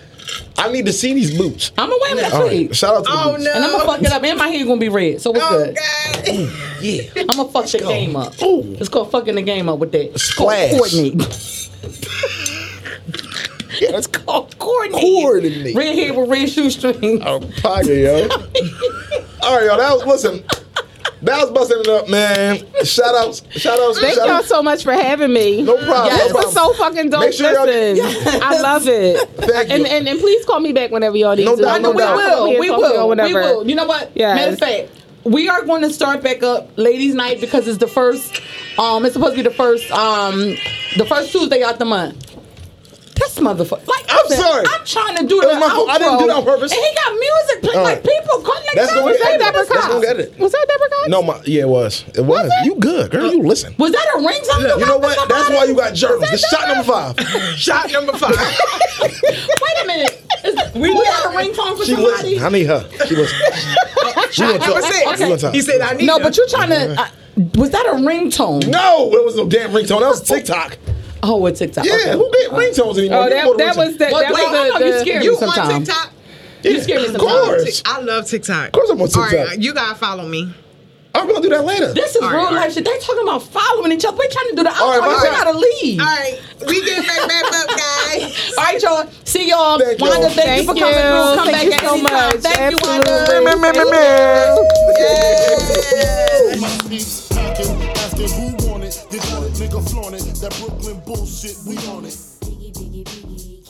C: I need to see these boots.
D: I'm going to wear
C: All
D: my
C: right.
D: feet.
C: Shout out to the
B: Oh
C: boots.
B: no.
D: And I'm gonna fuck it up, and my hair gonna be red, so it's
B: Oh
D: good.
B: god.
C: Yeah.
D: I'm gonna fuck the game up.
C: Ooh.
D: It's called fucking the game up with that. It's called
C: Splash.
D: Coordinate.
C: yeah. That's
D: Oh, coordinate.
C: Coordinate.
D: Red hair with red shoestrings.
C: out of pocket, yo. All right, y'all. That was listen. That was busting it up, man. Shout outs. Shout outs.
E: Thank
C: shout
E: y'all
C: outs.
E: so much for having me.
C: No problem.
D: Yes.
E: This
C: No
E: was
C: problem.
E: so fucking dope.
C: Make sure y'all-
E: Listen, I love it.
C: Thank you.
E: and, and and please call me back whenever y'all need
C: No
E: to.
C: doubt,
E: I
C: no
E: know
D: we
C: doubt.
E: y'all
D: will. We
E: come here,
D: will.
E: talk to y'all
D: We
E: whenever.
D: will. You know what?
E: Yes.
D: Matter of fact, we are going to start back up ladies' night because it's the first. Um, it's supposed to be the first. Um, the first Tuesday out the month. This motherfucker. Like
C: I'm
D: listen,
C: sorry.
D: I'm trying to do
C: It
D: the
C: was my fault. I didn't
D: outro,
C: do that on purpose.
D: And he got music playing.
C: All
D: Like
C: right.
D: people couldn't. Like,
C: That's gonna
D: was
C: get
D: that
C: edited.
D: Deborah
C: That's gonna
D: Cox?
C: get edited.
E: Was that Deborah Cox?
C: No, my yeah, it was. It was.
E: it?
C: You good, girl? You listen.
D: Was that a ring? Something
C: You know
D: about
C: what? That's
D: somebody?
C: why you got journals. This shot number five.
B: Shot number five.
D: Wait a minute. Is- we got a ring phone for
C: She
D: somebody.
C: listen. I need her. She listen. We gonna
B: number
C: talk.
B: six.
C: We gonna talk.
B: He said I need
D: No,
B: her.
D: but you're trying to. Uh, was that a ringtone?
C: No, it was no damn ringtone. That was TikTok.
D: Oh, a TikTok.
C: Yeah,
D: okay.
C: who did ringtones anymore?
E: Oh,
C: You go to
E: that, that
C: ringtone.
E: was that.
D: Well,
E: that
D: wait, I
E: was
D: know
E: the,
D: you
E: the-
D: scared me
B: You on
D: sometimes.
B: TikTok?
C: Yeah,
D: you scared me
C: Of
D: sometimes.
C: course.
B: I love TikTok. Of
C: course I'm on
B: All
C: TikTok.
B: right, you gotta follow me.
C: I'm gonna do that later.
D: This is
B: All right,
D: real
B: all
D: life
B: right.
D: shit. They talking about following each other. We're trying to do the outro.
C: All right,
D: you
C: bye.
D: gotta leave.
B: All right, we get back, back up, guys.
D: All right, y'all. See y'all.
C: Thank y'all.
D: Wanda, thank, you for
E: Thank
D: coming through.
E: you.
D: Come
E: Thank you
D: back
E: so
D: anytime.
E: much.
D: Thank you,
E: Absolutely.
D: Wanda.
B: Yes.
A: My peeps packing, asking who want it. They got it, nigga flaunt it. That Brooklyn bullshit, we on it.
G: Biggie, biggie, biggie.